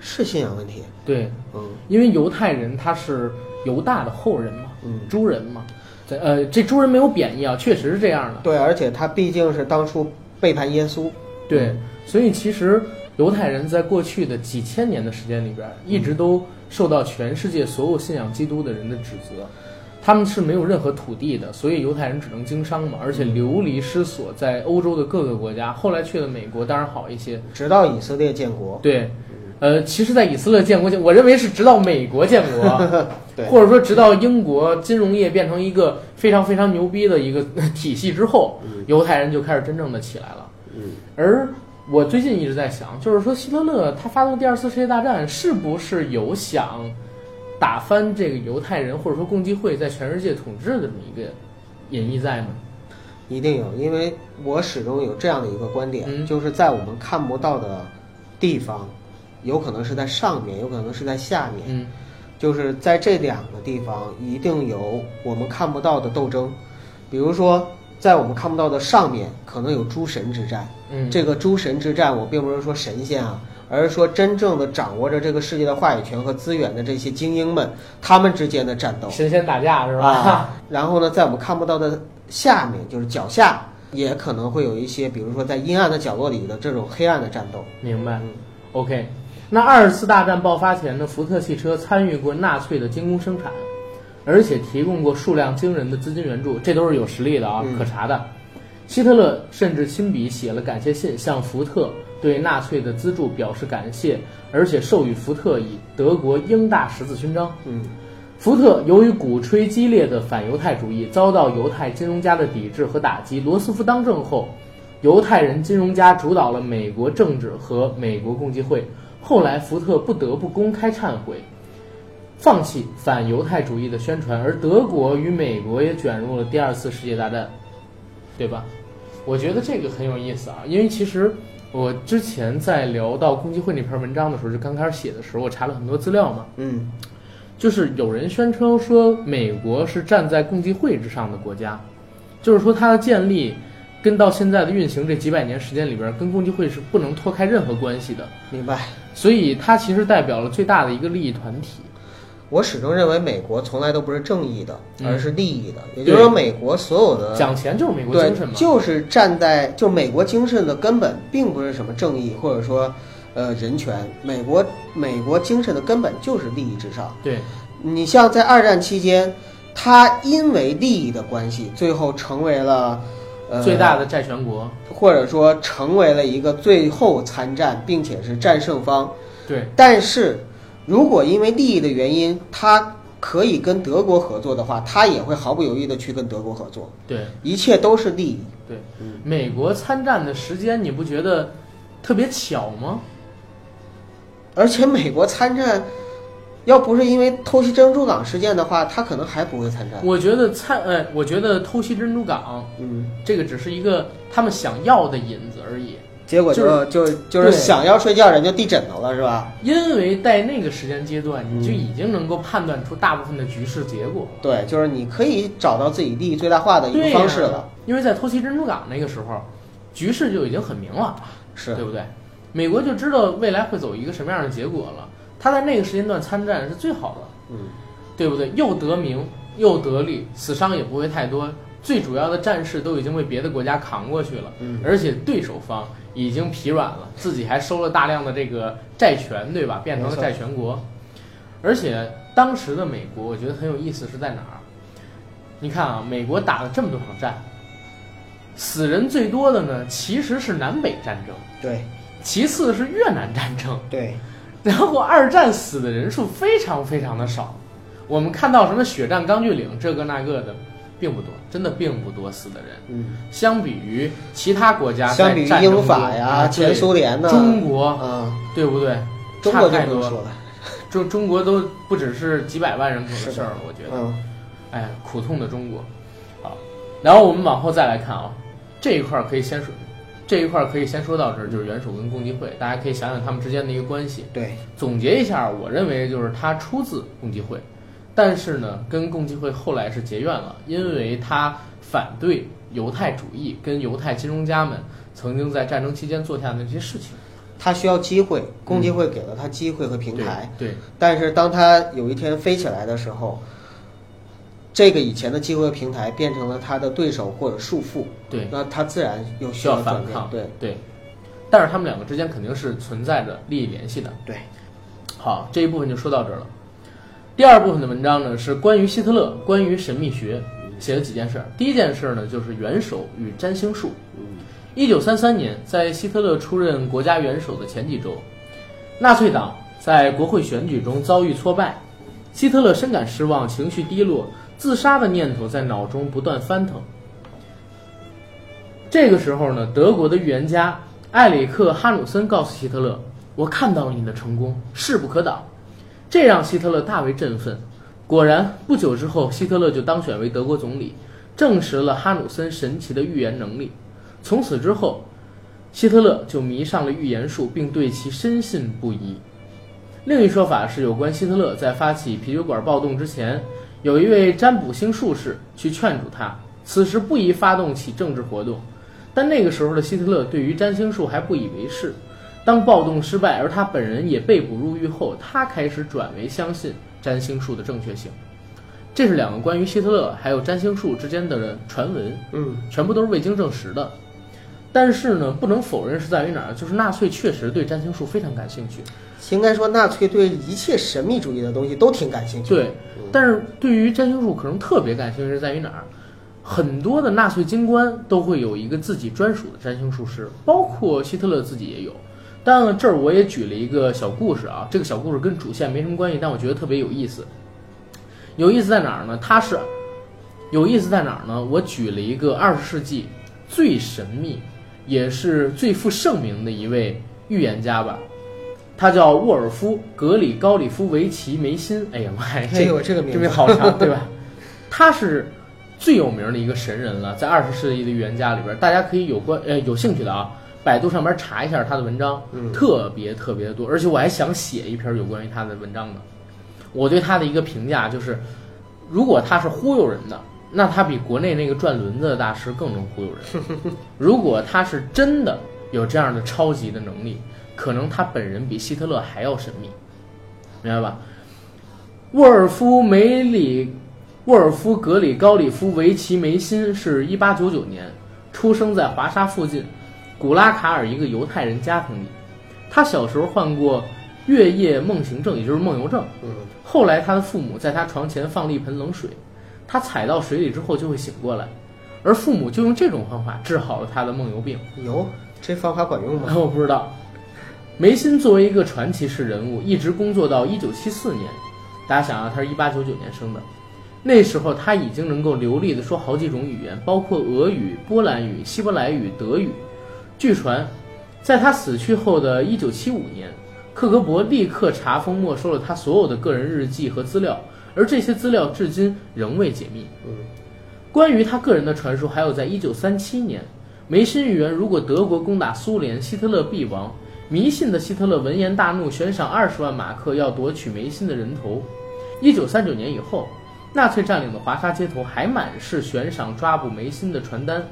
Speaker 2: 是信仰问题，
Speaker 1: 对，
Speaker 2: 嗯
Speaker 1: 因为犹太人他是犹大的后人嘛，
Speaker 2: 嗯，
Speaker 1: 猪人嘛，在呃这猪人没有贬义啊，确实是这样的，
Speaker 2: 对，而且他毕竟是当初背叛耶稣，
Speaker 1: 对，嗯所以其实犹太人在过去的几千年的时间里边，一直都受到全世界所有信仰基督的人的指责。他们是没有任何土地的，所以犹太人只能经商嘛，而且流离失所，在欧洲的各个国家。后来去了美国，当然好一些。
Speaker 2: 直到以色列建国，，
Speaker 1: 对，呃，其实，在以色列建国前，我认为是直到美国建国啊
Speaker 2: 对
Speaker 1: 或者说直到英国金融业变成一个非常非常牛逼的一个 体系之后，犹太人就开始真正的起来了。
Speaker 2: 嗯，
Speaker 1: 而我最近一直在想，就是说希特勒他发动第二次世界大战，是不是有想打翻这个犹太人或者说共济会在全世界统治的这么一个隐意在呢？
Speaker 2: 一定有，因为我始终有这样的一个观点，
Speaker 1: 嗯
Speaker 2: 就是在我们看不到的地方，有可能是在上面，有可能是在下面，
Speaker 1: 嗯，
Speaker 2: 就是在这两个地方一定有我们看不到的斗争，比如说在我们看不到的上面，可能有诸神之战。
Speaker 1: 嗯
Speaker 2: 这个诸神之战，我并不是说神仙啊，而是说真正的掌握着这个世界的话语权和资源的这些精英们，他们之间的战斗。
Speaker 1: 神仙打架是吧？
Speaker 2: 啊，然后呢，在我们看不到的下面，就是脚下，也可能会有一些，比如说在阴暗的角落里的这种黑暗的战斗。
Speaker 1: 明白
Speaker 2: 嗯。
Speaker 1: OK，那二次大战爆发前呢，福特汽车参与过纳粹的精工生产，而且提供过数量惊人的资金援助，这都是有实例的啊，
Speaker 2: 嗯
Speaker 1: 可查的。希特勒甚至亲笔写了感谢信，向福特对纳粹的资助表示感谢，而且授予福特以德国英大十字勋章。
Speaker 2: 嗯，
Speaker 1: 福特由于鼓吹激烈的反犹太主义，遭到犹太金融家的抵制和打击。罗斯福当政后，犹太人金融家主导了美国政治和美国共济会。后来，福特不得不公开忏悔，放弃反犹太主义的宣传，而德国与美国也卷入了第二次世界大战，对吧？我觉得这个很有意思啊，因为其实我之前在聊到共济会那篇文章的时候，就刚开始写的时候，我查了很多资料嘛。
Speaker 2: 嗯，
Speaker 1: 就是有人宣称说美国是站在共济会之上的国家，就是说它的建立跟到现在的运行这几百年时间里边，跟共济会是不能脱开任何关系的，
Speaker 2: 明白。
Speaker 1: 所以它其实代表了最大的一个利益团体。
Speaker 2: 我始终认为美国从来都不是正义的，
Speaker 1: 嗯
Speaker 2: 而是利益的。也就是说，美国所有的
Speaker 1: 讲钱就是美国精神
Speaker 2: 对，
Speaker 1: 嘛，
Speaker 2: 就是站在就美国精神的根本，并不是什么正义或者说呃人权。美国美国精神的根本就是利益至上。
Speaker 1: 对，
Speaker 2: 你像在二战期间，他因为利益的关系，最后成为了呃
Speaker 1: 最大的债权国，
Speaker 2: 或者说成为了一个最后参战，并且是战胜方。
Speaker 1: 对，
Speaker 2: 但是，如果因为利益的原因，他可以跟德国合作的话，他也会毫不犹豫地去跟德国合作。
Speaker 1: 对，
Speaker 2: 一切都是利益。
Speaker 1: 对
Speaker 2: 嗯，
Speaker 1: 美国参战的时间你不觉得特别巧吗？
Speaker 2: 而且美国参战，要不是因为偷袭珍珠港事件的话，他可能还不会参战。
Speaker 1: 我觉得参，呃，我觉得偷袭珍珠港
Speaker 2: 嗯，
Speaker 1: 这个只是一个他们想要的引子而已。
Speaker 2: 结果就就就是
Speaker 1: 对
Speaker 2: 想要睡觉，人就地枕头了，是吧？
Speaker 1: 因为在那个时间阶段，
Speaker 2: 嗯
Speaker 1: 你就已经能够判断出大部分的局势结果。
Speaker 2: 对，就是你可以找到自己利益最大化的一
Speaker 1: 对
Speaker 2: 个
Speaker 1: 呀
Speaker 2: 方式了。
Speaker 1: 因为在偷袭珍珠港那个时候，局势就已经很明朗了，
Speaker 2: 是
Speaker 1: 对不对？美国就知道未来会走一个什么样的结果了。他在那个时间段参战是最好的，
Speaker 2: 嗯，
Speaker 1: 对不对？又得名又得利，死伤也不会太多。最主要的战事都已经被别的国家扛过去了，
Speaker 2: 嗯
Speaker 1: 而且对手方已经疲软了，自己还收了大量的这个债权，对吧？变成了债权国。而且当时的美国，我觉得很有意思是在哪儿？你看啊，美国打了这么多场战，死人最多的呢，其实是南北战争，
Speaker 2: 对
Speaker 1: 其次是越南战争，
Speaker 2: 对，
Speaker 1: 然后二战死的人数非常非常的少。我们看到什么血战钢锯岭这个那个的，并不多，真的并不多死的人。
Speaker 2: 嗯，
Speaker 1: 相比于其他国家，
Speaker 2: 相比于英法呀、前
Speaker 1: 前
Speaker 2: 苏联的
Speaker 1: 啊中国，
Speaker 2: 啊，
Speaker 1: 对不对？
Speaker 2: 中国就
Speaker 1: 差太
Speaker 2: 不用
Speaker 1: 多了。
Speaker 2: 说了，
Speaker 1: 中中国都不只是几百万人口的事儿了，我觉得。
Speaker 2: 嗯，
Speaker 1: 哎，苦痛的中国。好，然后我们往后再来看啊，这一块儿可以先说，这一块儿可以先说到这儿，就是元首跟共济会，大家可以想想他们之间的一个关系。
Speaker 2: 对，
Speaker 1: 总结一下，我认为就是它出自共济会，但是呢，跟共济会后来是结怨了，因为它反对犹太主义跟犹太金融家们曾经在战争期间做下的那些事情。
Speaker 2: 他需要机会，共济会给了他机会和平台，
Speaker 1: 嗯对，对
Speaker 2: 但是当他有一天飞起来的时候，这个以前的机会和平台变成了他的对手或者束缚，
Speaker 1: 对，
Speaker 2: 那他自然有
Speaker 1: 需
Speaker 2: 需
Speaker 1: 要
Speaker 2: 要转
Speaker 1: 反
Speaker 2: 变
Speaker 1: 抗。，
Speaker 2: 对
Speaker 1: 对，但是他们两个之间肯定是存在着利益联系的。
Speaker 2: 对，
Speaker 1: 好，这一部分就说到这儿了。第二部分的文章呢是关于希特勒、关于神秘学写的几件事儿。第一件事儿呢就是元首与占星术。一九三三年，在希特勒出任国家元首的前几周，纳粹党在国会选举中遭遇挫败，希特勒深感失望，情绪低落，自杀的念头在脑中不断翻腾。这个时候呢，德国的预言家埃里克·哈努森告诉希特勒：“我看到了你的成功，势不可挡。”这让希特勒大为振奋。果然，不久之后，希特勒就当选为德国总理，证实了哈努森神奇的预言能力。从此之后，希特勒就迷上了预言术，并对其深信不疑。另一说法是，有关希特勒在发起啤酒馆暴动之前，有一位占卜星术士去劝阻他，此时不宜发动起政治活动。但那个时候的希特勒对于占星术还不以为是。当暴动失败，而他本人也被捕入狱后，他开始转为相信占星术的正确性。这是两个关于希特勒还有占星术之间的传闻。
Speaker 2: 嗯，
Speaker 1: 全部都是未经证实的。但是呢，不能否认是在于哪儿，就是纳粹确实对占星术非常感兴趣。
Speaker 2: 应该说纳粹对一切神秘主义的东西都挺感兴趣的，
Speaker 1: 对，但是对于占星术可能特别感兴趣是在于哪儿？很多的纳粹军官都会有一个自己专属的占星术师，包括希特勒自己也有。但这儿我也举了一个小故事啊，这个小故事跟主线没什么关系，但我觉得特别有意思。有意思在哪儿呢？它是有意思在哪儿呢？我举了一个二十世纪最神秘，也是最负盛名的一位预言家吧，他叫沃尔夫·格里高里夫维奇·梅辛。哎呀妈呀，
Speaker 2: 这有这个名
Speaker 1: 这
Speaker 2: 字
Speaker 1: 名好长，对吧？他是最有名的一个神人了，在二十世纪的预言家里边，大家可以有关呃有兴趣的啊，百度上边查一下他的文章，
Speaker 2: 嗯
Speaker 1: 特别特别的多，而且我还想写一篇有关于他的文章呢。我对他的一个评价就是，如果他是忽悠人的，那他比国内那个转轮子的大师更能忽悠人。如果他是真的有这样的超级的能力，可能他本人比希特勒还要神秘，明白吧？沃尔夫梅里沃尔夫格里高里夫维奇梅辛是一八九九年出生在华沙附近古拉卡尔一个犹太人家庭里。他小时候患过月夜梦行症，也就是梦游症。
Speaker 2: 嗯，
Speaker 1: 后来他的父母在他床前放了一盆冷水，他踩到水里之后就会醒过来，而父母就用这种方法治好了他的梦游病。
Speaker 2: 有这方法管用吗？
Speaker 1: 我不知道。梅辛作为一个传奇式人物，一直工作到一九七四年。大家想啊，他是一八九九年生的，那时候他已经能够流利地说好几种语言，包括俄语、波兰语、希伯来语、德语。据传，在他死去后的一九七五年，克格勃立刻查封没收了他所有的个人日记和资料，而这些资料至今仍未解密。关于他个人的传说，还有在一九三七年，梅辛预言如果德国攻打苏联，希特勒必亡。迷信的希特勒闻言大怒，悬赏二十万马克要夺取梅辛的人头。一九三九年以后，纳粹占领的华沙街头还满是悬赏抓捕梅辛的传单。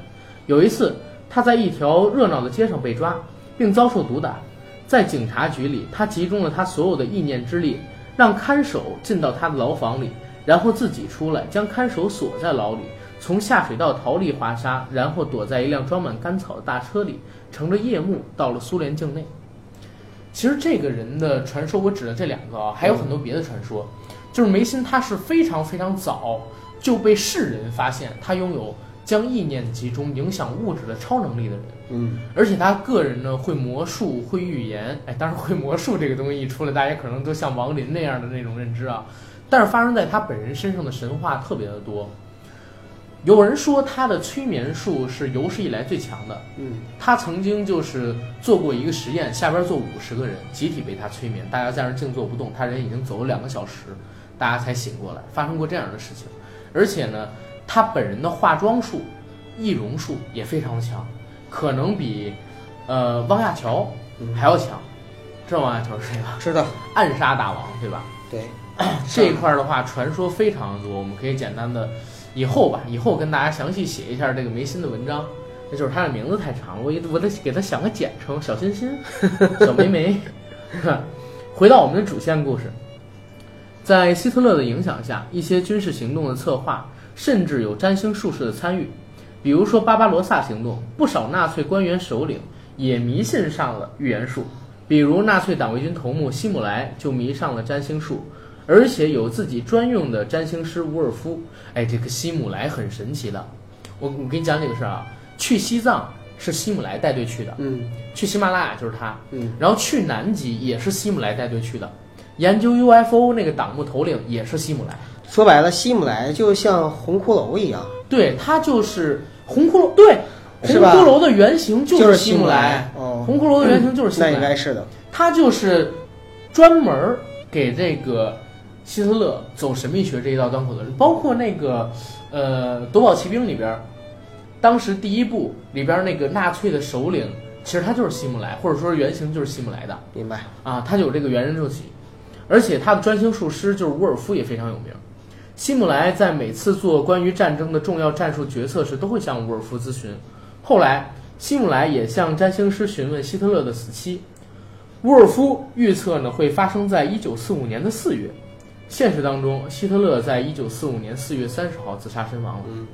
Speaker 1: 有一次，他在一条热闹的街上被抓，并遭受毒打。在警察局里，他集中了他所有的意念之力，让看守进到他的牢房里，然后自己出来，将看守锁在牢里，从下水道逃离华沙，然后躲在一辆装满干草的大车里，乘着夜幕到了苏联境内。其实这个人的传说，我指的这两个啊，还有很多别的传说，就是梅辛他是非常非常早就被世人发现他拥有将意念集中影响物质的超能力的人。
Speaker 2: 嗯，
Speaker 1: 而且他个人呢会魔术，会预言，哎，当然会魔术这个东西一出来，大家可能都像王林那样的那种认知啊。但是发生在他本人身上的神话特别的多，有人说他的催眠术是有史以来最强的。
Speaker 2: 嗯
Speaker 1: 他曾经就是做过一个实验，下边坐五十个人，集体被他催眠，大家在那儿静坐不动，他人已经走了两个小时，大家才醒过来，发生过这样的事情。而且呢，他本人的化妆术、易容术也非常的强，可能比呃汪亚乔还要强。知道汪亚乔是谁吧？
Speaker 2: 知道，
Speaker 1: 暗杀大王，对吧？
Speaker 2: 对，
Speaker 1: 这一块儿的话，传说非常多，我们可以简单的以后吧，以后跟大家详细写一下这个梅心的文章。那就是他的名字太长了，我一我得给他想个简称，小心心，小梅梅。回到我们的主线故事，在希特勒的影响下，一些军事行动的策划甚至有占星术士的参与，比如说巴巴罗萨行动，不少纳粹官员首领也迷信上了预言术，比如纳粹党卫军头目希姆莱就迷上了占星术，而且有自己专用的占星师伍尔夫。哎，这个希姆莱很神奇的，我我跟你讲这个事儿啊，去西藏是希姆莱带队去的，
Speaker 2: 嗯
Speaker 1: 去喜马拉雅就是他，
Speaker 2: 嗯，
Speaker 1: 然后去南极也是希姆莱带队去的，研究 UFO 那个党目头领也是希姆莱，
Speaker 2: 说白了，希姆莱就像红骷髅一样，
Speaker 1: 对他就是红骷髅，对红
Speaker 2: 是吧
Speaker 1: 骷髅的原型
Speaker 2: 就是希
Speaker 1: 姆
Speaker 2: 莱
Speaker 1: 莱，，
Speaker 2: 哦，
Speaker 1: 红骷髅的原型就是希
Speaker 2: 那
Speaker 1: 姆
Speaker 2: 应
Speaker 1: 莱，
Speaker 2: 该是的，
Speaker 1: 他就是专门儿给这个希特勒走神秘学这一道端口的人，包括那个呃《夺宝奇兵》里边儿，当时第一部里边儿那个纳粹的首领，其实他就是希姆莱，或者说原型就是希姆莱的。
Speaker 2: 明白，
Speaker 1: 啊，他就有这个原人肉体，而且他的专星术师就是伍尔夫也非常有名。希姆莱在每次做关于战争的重要战术决策时，都会向伍尔夫咨询。后来，希姆莱也向占星师询问希特勒的死期。伍尔夫预测呢会发生在一九四五年的四月。现实当中，希特勒在一九四五年四月三十号自杀身亡了。
Speaker 2: 嗯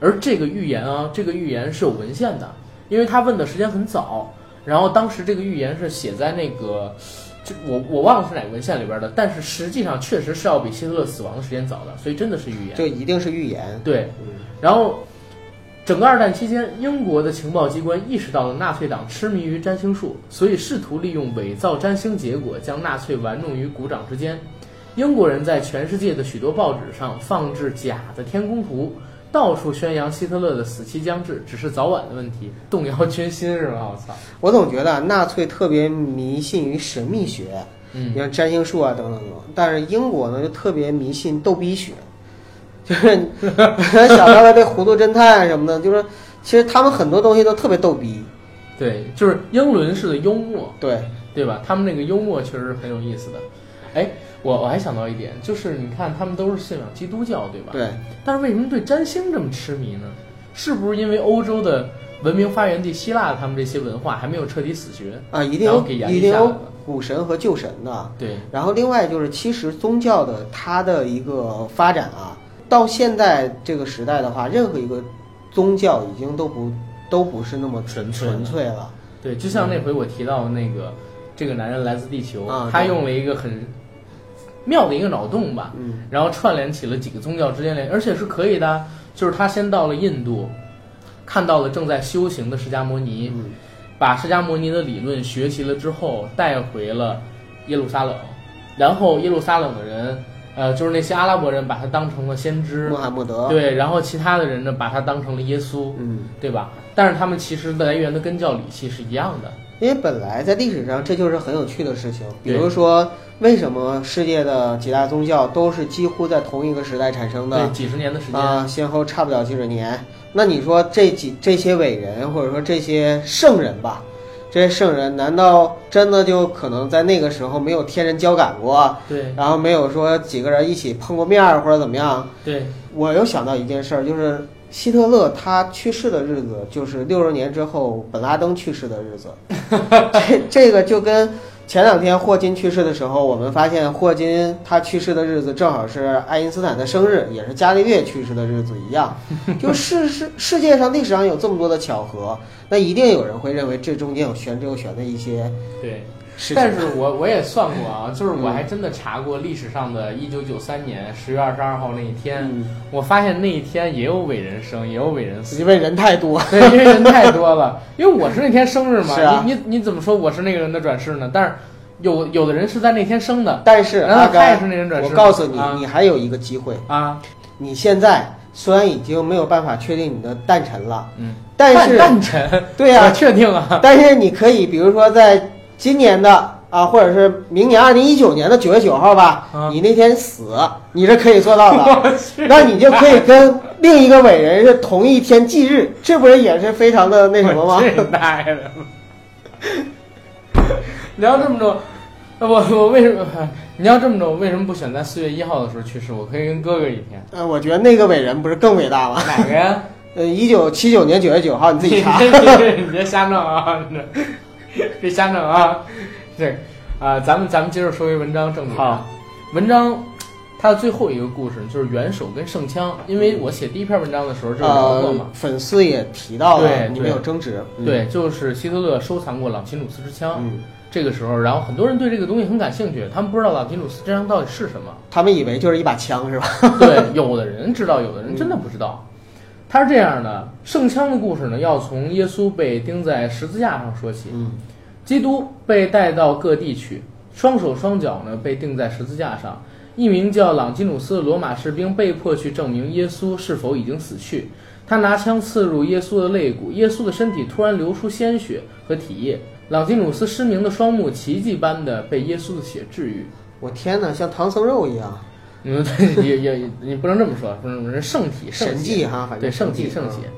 Speaker 1: 而这个预言啊，这个预言是有文献的，因为他问的时间很早，然后当时这个预言是写在那个，就我我忘了是哪个文献里边的，但是实际上确实是要比希特勒死亡的时间早的，所以真的是预言。
Speaker 2: 就一定是预言，
Speaker 1: 对，
Speaker 2: 嗯
Speaker 1: 然后整个二战期间，英国的情报机关意识到了纳粹党痴迷于占星术，所以试图利用伪造占星结果将纳粹玩弄于股掌之间。英国人在全世界的许多报纸上放置假的天宫图，到处宣扬希特勒的死期将至，只是早晚的问题，动摇军心是吧？我操！
Speaker 2: 我总觉得啊纳粹特别迷信于神秘学，
Speaker 1: 嗯
Speaker 2: 你像占星术啊等等等，但是英国呢就特别迷信逗逼学，就是 想到了这糊涂侦探什么的，就是其实他们很多东西都特别逗逼，
Speaker 1: 对，就是英伦式的幽默，
Speaker 2: 对，
Speaker 1: 对吧？他们那个幽默确实是很有意思的。哎，我我还想到一点，就是你看他们都是信仰基督教，对吧？
Speaker 2: 对，
Speaker 1: 但是为什么对占星这么痴迷呢？是不是因为欧洲的文明发源地希腊，他们这些文化还没有彻底死绝？
Speaker 2: 啊，一定
Speaker 1: 然后
Speaker 2: 有
Speaker 1: 给研
Speaker 2: 一
Speaker 1: 究
Speaker 2: 定
Speaker 1: 下来
Speaker 2: 有
Speaker 1: 了
Speaker 2: 古神和旧神的。
Speaker 1: 对，
Speaker 2: 然后另外就是，其实宗教的它的一个发展啊，到现在这个时代的话，任何一个宗教已经都不都不是那么
Speaker 1: 纯粹了
Speaker 2: 纯粹了。
Speaker 1: 对，就像那回我提到那个、这个男人来自地球，
Speaker 2: 啊
Speaker 1: 他
Speaker 2: 对
Speaker 1: 用了一个很妙的一个脑洞吧，
Speaker 2: 嗯，
Speaker 1: 然后串联起了几个宗教之间联，而且是可以的啊。就是他先到了印度，看到了正在修行的释迦摩尼，
Speaker 2: 嗯
Speaker 1: 把释迦摩尼的理论学习了之后，带回了耶路撒冷，然后耶路撒冷的人，呃，就是那些阿拉伯人把他当成了先知
Speaker 2: 穆，罕默德，，
Speaker 1: 对，然后其他的人呢把他当成了耶稣，
Speaker 2: 嗯，
Speaker 1: 对吧？但是他们其实来源的根教理系是一样的，
Speaker 2: 因为本来在历史上这就是很有趣的事情。比
Speaker 1: 对
Speaker 2: 如说，为什么世界的几大宗教都是几乎在同一个时代产生的
Speaker 1: 对，？几十年的时间，
Speaker 2: 啊，先后差不了几十年。那你说这几这些伟人，或者说这些圣人吧，这些圣人难道真的就可能在那个时候没有天人交感过，
Speaker 1: 对
Speaker 2: 然后没有说几个人一起碰过面儿或者怎么样？
Speaker 1: 对，
Speaker 2: 我又想到一件事儿，就是希特勒他去世的日子，就是六十年之后本拉登去世的 日子。这这个就跟前两天霍金去世的时候，我们发现霍金他去世的日子正好是爱因斯坦的生日，也是伽利略去世的日子 一样。就世世世界上历史上有这么多的巧合，那一定有人会认为这中间有玄之又玄的一些
Speaker 1: 对。
Speaker 2: 事 情。
Speaker 1: 但是我我也算过啊，就是
Speaker 2: 嗯
Speaker 1: 我还真的查过历史上的1993年10月22号那一天，
Speaker 2: 嗯，
Speaker 1: 我发现那一天也有伟人生，也有伟人死，
Speaker 2: 因为人太多，
Speaker 1: 对，因为人太多了。因为我是那天生日嘛，
Speaker 2: 是啊
Speaker 1: 你你你怎么说我是那个人的转世呢？但是有有的人是在那天生的
Speaker 2: 但是
Speaker 1: 然后
Speaker 2: 阿
Speaker 1: 嗯他也
Speaker 2: 甘
Speaker 1: 是那人转世
Speaker 2: 我告诉你
Speaker 1: 啊，
Speaker 2: 你还有一个机会。
Speaker 1: 啊，
Speaker 2: 你现在虽然已经没有办法确定你的诞辰了，
Speaker 5: 嗯，
Speaker 2: 但是
Speaker 1: 诞辰，
Speaker 2: 对呀
Speaker 1: 我确定啊，
Speaker 2: 但是你可以，比如说在今年的啊，或者是明年二零一九年的九月九号吧，
Speaker 1: 啊
Speaker 2: 你那天死，你是可以做 到的。那你就可以跟另一个伟人是同一天忌日，这不是也是非常的那什么吗
Speaker 1: 我？这大爷 的！你要这么着，我我为什么？ 你要这么着，我为什么不选在四月一号的时候去世？我可以跟哥哥一 天。
Speaker 2: 呃，我觉得那个伟人不是更伟大吗？
Speaker 1: 哪个呀？。
Speaker 2: 呃，一九七九年九月九号，你自己查
Speaker 1: 你别瞎弄啊！你这别瞎弄啊！这啊、咱们咱们接着说回文章正题啊
Speaker 5: 好。
Speaker 1: 文章它的最后一个故事就是元首跟圣枪，因为我写第一篇文章的时候就聊过
Speaker 2: 嗯呃
Speaker 1: 嘛。，
Speaker 2: 粉丝也提到了，
Speaker 1: 对
Speaker 2: 你们有争执。嗯，
Speaker 1: 对，就是希特勒收藏过朗琴鲁斯之枪，
Speaker 2: 嗯，
Speaker 1: 这个时候，然后很多人对这个东西很感兴趣，他们不知道朗琴鲁斯之枪到底是什么。
Speaker 2: 他们以为就是一把枪是吧？
Speaker 1: 对，有的人知道，有的人真的不知道。他是这样的，圣枪的故事呢，要从耶稣被钉在十字架上说起。
Speaker 2: 嗯，
Speaker 1: 基督被带到各地去，双手双脚呢被钉在十字架上。一名叫朗基努斯的罗马士兵被迫去证明耶稣是否已经死去。他拿枪刺入耶稣的肋骨，耶稣的身体突然流出鲜血和体液。朗基努斯失明的双目奇迹般的被耶稣的血治愈。
Speaker 2: 我天哪，像唐僧肉一样，
Speaker 1: 嗯， 对，也也你不能这么说，不能这么说，是圣体
Speaker 2: 神
Speaker 1: 血
Speaker 2: 迹嗯哈，反正
Speaker 1: 对，圣体
Speaker 2: 圣
Speaker 1: 圣血。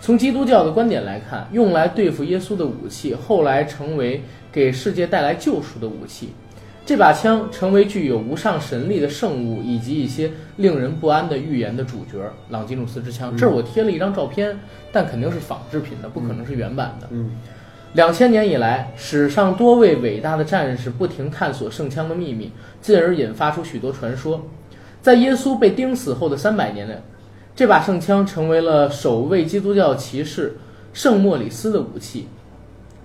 Speaker 1: 从基督教的观点来看，用来对付耶稣的武器，后来成为给世界带来救赎的武器。这把枪成为具有无上神力的圣物，以及一些令人不安的预言的主角——朗基努斯之枪。
Speaker 2: 嗯
Speaker 1: 这儿我贴了一张照片，但肯定是仿制品的，不可能是原版的。
Speaker 2: 嗯，
Speaker 1: 两千年以来，史上多位伟大的战士不停探索圣枪的秘密，进而引发出许多传说。在耶稣被钉死后的三百年内，这把圣枪成为了首位基督教骑士圣莫里斯的武器。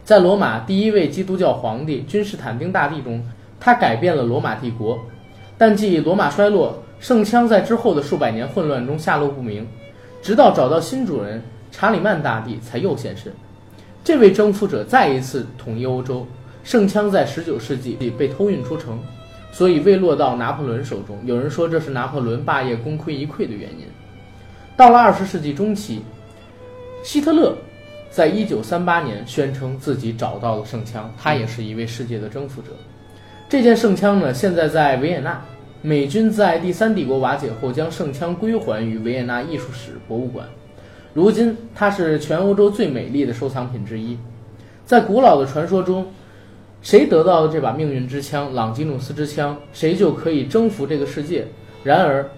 Speaker 1: 在罗马第一位基督教皇帝君士坦丁大帝中，他改变了罗马帝国，但继罗马衰落，圣枪在之后的数百年混乱中下落不明，直到找到新主人查理曼大帝才又现身。这位征服者再一次统一欧洲，圣枪在19世纪被偷运出城，所以未落到拿破仑手中。有人说这是拿破仑霸业功亏一篑的原因。到了20世纪中期，希特勒在1938年宣称自己找到了圣枪，他也是一位世界的征服者。这件圣枪呢，现在在维也纳。美军在第三帝国瓦解后，将圣枪归还于维也纳艺术史博物馆。如今，它是全欧洲最美丽的收藏品之一。在古老的传说中，谁得到了这把命运之枪——朗基努斯之枪，谁就可以征服这个世界。然而，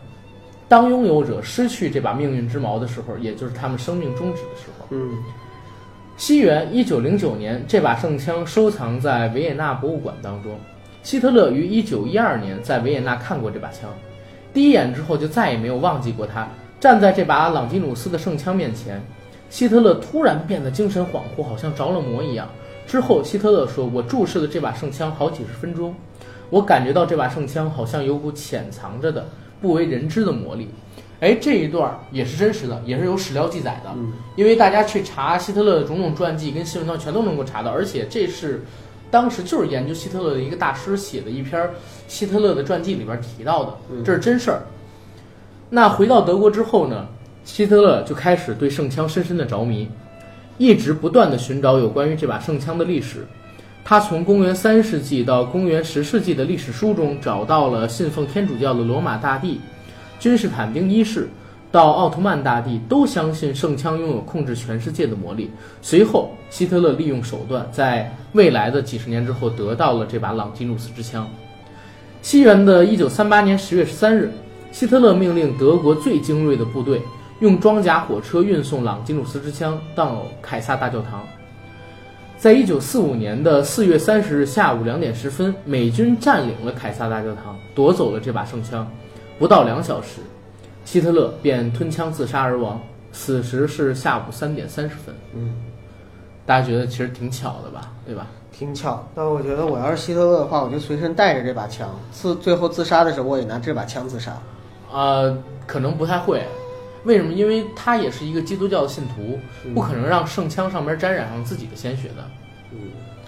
Speaker 1: 当拥有者失去这把命运之矛的时候，也就是他们生命终止的时候。
Speaker 2: 嗯，
Speaker 1: 西元一九零九年，这把圣枪收藏在维也纳博物馆当中。希特勒于一九一二年在维也纳看过这把枪，第一眼之后就再也没有忘记过它。站在这把朗基努斯的圣枪面前，希特勒突然变得精神恍惚，好像着了魔一样。之后，希特勒说：“我注视了这把圣枪好几十分钟，我感觉到这把圣枪好像有股潜藏着的、不为人知的魔力。”哎，这一段儿也是真实的，也是有史料记载的。因为大家去查希特勒的种种传记跟新闻上全都能够查到，而且这是当时就是研究希特勒的一个大师写的一篇儿希特勒的传记里边提到的，这是真事儿。那回到德国之后呢，希特勒就开始对圣枪深深的着迷，一直不断的寻找有关于这把圣枪的历史。他从公元三世纪到公元十世纪的历史书中找到了信奉天主教的罗马大帝君士坦丁一世到奥特曼大帝都相信圣枪拥有控制全世界的魔力。随后，希特勒利用手段，在未来的几十年之后得到了这把朗基努斯之枪。西元的一九三八年十月十三日，希特勒命令德国最精锐的部队用装甲火车运送朗基努斯之枪到凯撒大教堂。在一九四五年的四月三十日下午两点十分，美军占领了凯撒大教堂，夺走了这把圣枪。不到两小时，希特勒便吞枪自杀而亡。此时是下午三点三十分。
Speaker 2: 嗯，
Speaker 1: 大家觉得其实挺巧的吧？对吧？
Speaker 2: 挺巧。那我觉得我要是希特勒的话，我就随身带着这把枪，自最后自杀的时候我也拿这把枪自杀。
Speaker 1: 呃，可能不太会。为什么？因为他也是一个基督教的信徒，不可能让圣枪上面沾染上自己的鲜血的，
Speaker 2: 嗯，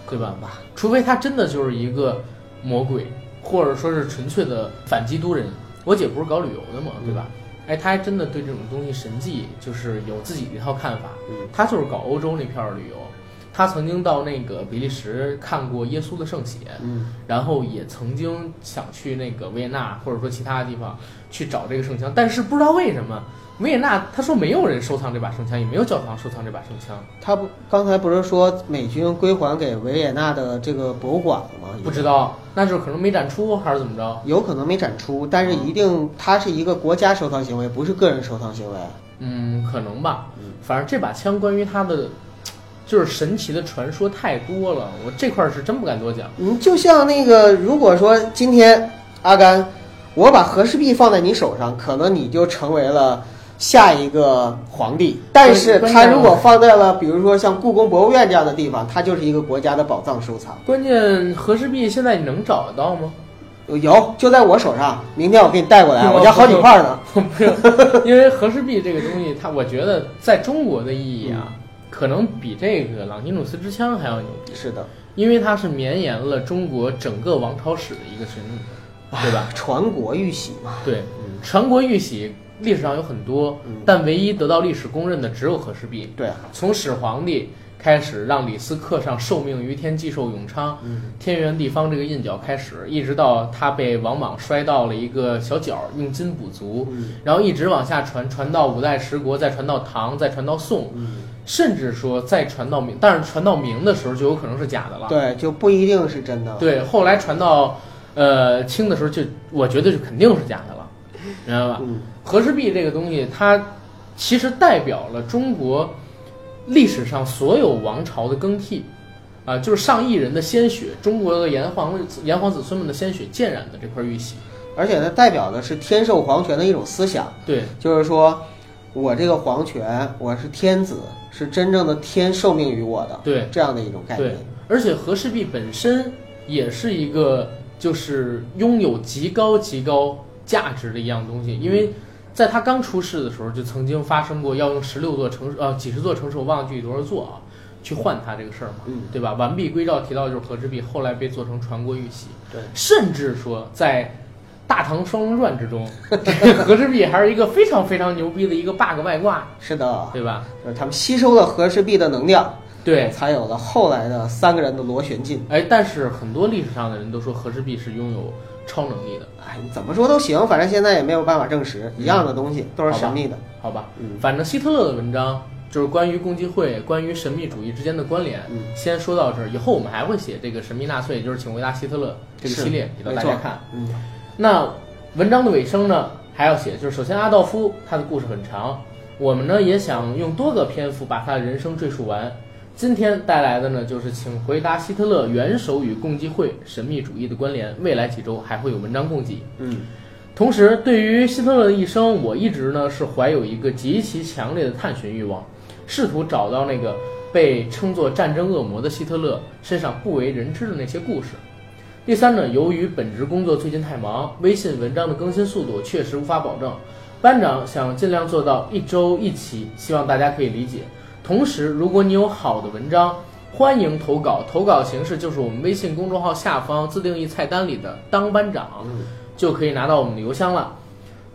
Speaker 1: 对吧？除非他真的就是一个
Speaker 2: 嗯
Speaker 1: 魔鬼，或者说是纯粹的反基督人。我姐不是搞旅游的嘛，对吧？哎，他还真的对这种东西神迹就是有自己的一套看法。
Speaker 2: 嗯
Speaker 1: 他就是搞欧洲那片儿旅游，他曾经到那个比利时看过耶稣的圣血，
Speaker 2: 嗯
Speaker 1: 然后也曾经想去那个维也纳或者说其他地方去找这个圣枪，但是不知道为什么维也纳他说没有人收藏这把圣枪，也没有教堂收藏这把圣枪，
Speaker 2: 他不刚才不是说美军归还给维也纳的这个博物馆了吗？
Speaker 1: 不知道那就是可能没展出还是怎么着，
Speaker 2: 有可能没展出，
Speaker 1: 嗯
Speaker 2: 但是一定它是一个国家收藏行为，不是个人收藏行为。
Speaker 1: 嗯，可能吧
Speaker 2: 嗯。
Speaker 1: 反正这把枪关于它的就是神奇的传说太多了，我这块儿是真不敢多讲。
Speaker 2: 嗯，就像那个，如果说今天阿甘，我把和氏璧放在你手上，可能你就成为了下一个皇帝。但是
Speaker 1: 关
Speaker 2: 它
Speaker 1: 键
Speaker 2: 如果放在了，比如说像故宫博物院这样的地方，它就是一个国家的宝藏收藏。
Speaker 1: 关键和氏璧现在你能找得到吗？
Speaker 2: 有，就在我手上，明天我给你带过来，
Speaker 1: 不
Speaker 2: 我家好几块呢。
Speaker 1: 不是，因为和氏璧这个东西，它我觉得在中国的意义
Speaker 2: 嗯
Speaker 1: 啊，可能比这个朗基努斯之枪还要牛逼，
Speaker 2: 是的，
Speaker 1: 因为它是绵延了中国整个王朝史的一个神秘，对吧？
Speaker 2: 传国玉玺嘛。
Speaker 1: 对
Speaker 2: 嗯，
Speaker 1: 传国玉玺历史上有很多
Speaker 2: 嗯，
Speaker 1: 但唯一得到历史公认的只有和氏璧。
Speaker 2: 对啊，
Speaker 1: 从始皇帝开始，让李斯刻上“受命于天，既寿永昌”，
Speaker 2: 嗯
Speaker 1: 天圆地方这个印脚开始，一直到他被王莽摔到了一个小角，用金补足，
Speaker 2: 嗯
Speaker 1: 然后一直往下传，传到五代十国，再传到唐，再传到宋，
Speaker 2: 嗯，
Speaker 1: 甚至说再传到明，但是传到明的时候就有可能是假的了。
Speaker 2: 对，就不一定是真的。
Speaker 1: 对后来传到呃清的时候就，我觉得就肯定是假的了，明白吧？
Speaker 2: 嗯
Speaker 1: 和氏璧这个东西，它其实代表了中国历史上所有王朝的更替，啊、就是上亿人的鲜血，中国的炎黄炎黄子孙们的鲜血浸染的这块玉玺。
Speaker 2: 而且它代表的是天授皇权的一种思想，
Speaker 1: 对，
Speaker 2: 就是说我这个皇权，我是天子，是真正的天授命于我的，
Speaker 1: 对，
Speaker 2: 这样的一种概念
Speaker 1: 对。而且和氏璧本身也是一个，就是拥有极高极高价值的一样东西，因
Speaker 2: 嗯
Speaker 1: 为在它刚出世的时候，就曾经发生过要用十六座城市，呃，几十座城市，我忘了具体多少座啊，去换它这个事儿嘛，
Speaker 2: 嗯
Speaker 1: 对吧？完璧归赵提到就是和氏璧，后来被做成传国玉玺，
Speaker 2: 对，
Speaker 1: 甚至说在《大唐双龙传》之中，这个和氏璧还是一个非常非常牛逼的一个 bug 外挂，
Speaker 2: 是的，
Speaker 1: 对吧？
Speaker 2: 就是他们吸收了和氏璧的能量，
Speaker 1: 对，
Speaker 2: 才有了后来的三个人的螺旋进。
Speaker 1: 哎，但是很多历史上的人都说和氏璧是拥有超能力的，
Speaker 2: 哎，你怎么说都行，反正现在也没有办法证实，一样的东西都是神秘的。
Speaker 1: 嗯好吧？
Speaker 2: 嗯
Speaker 1: 反正希特勒的文章就是关于共济会、关于神秘主义之间的关联。
Speaker 2: 嗯
Speaker 1: 先说到这儿，以后我们还会写这个《神秘纳粹》，也就是请回答希特勒这个
Speaker 2: 是
Speaker 1: 系列给到大
Speaker 2: 没
Speaker 1: 家
Speaker 2: 错
Speaker 1: 看。
Speaker 2: 嗯，
Speaker 1: 那文章的尾声呢，还要写，就是首先阿道夫他的故事很长，我们呢也想用多个篇幅把他的人生赘述完。今天带来的呢，就是请回答希特勒元首与共济会神秘主义的关联。未来几周还会有文章供给。
Speaker 2: 嗯，
Speaker 1: 同时，对于希特勒的一生，我一直呢是怀有一个极其强烈的探寻欲望，试图找到那个被称作战争恶魔的希特勒身上不为人知的那些故事。第三呢，由于本职工作最近太忙，微信文章的更新速度确实无法保证。班长想尽量做到一周一期，希望大家可以理解。同时，如果你有好的文章，欢迎投稿。投稿形式就是我们微信公众号下方自定义菜单里的“当班长”，就可以拿到我们的邮箱了。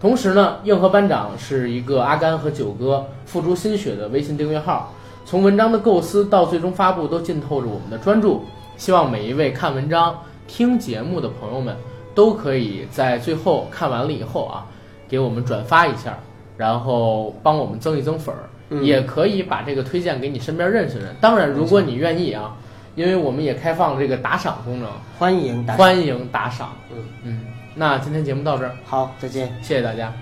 Speaker 1: 同时呢，硬核班长是一个阿甘和九哥付出心血的微信订阅号，从文章的构思到最终发布，都浸透着我们的专注。希望每一位看文章、听节目的朋友们，都可以在最后看完了以后啊，给我们转发一下，然后帮我们增一增粉儿，
Speaker 2: 嗯
Speaker 1: 也可以把这个推荐给你身边认识的人。当然，如果你愿意啊，因为我们也开放了这个打赏功能，
Speaker 2: 欢迎大家。
Speaker 1: 欢迎打赏。
Speaker 2: 嗯
Speaker 1: 嗯，那今天节目到这儿，
Speaker 2: 好，再见。
Speaker 1: 谢谢大家。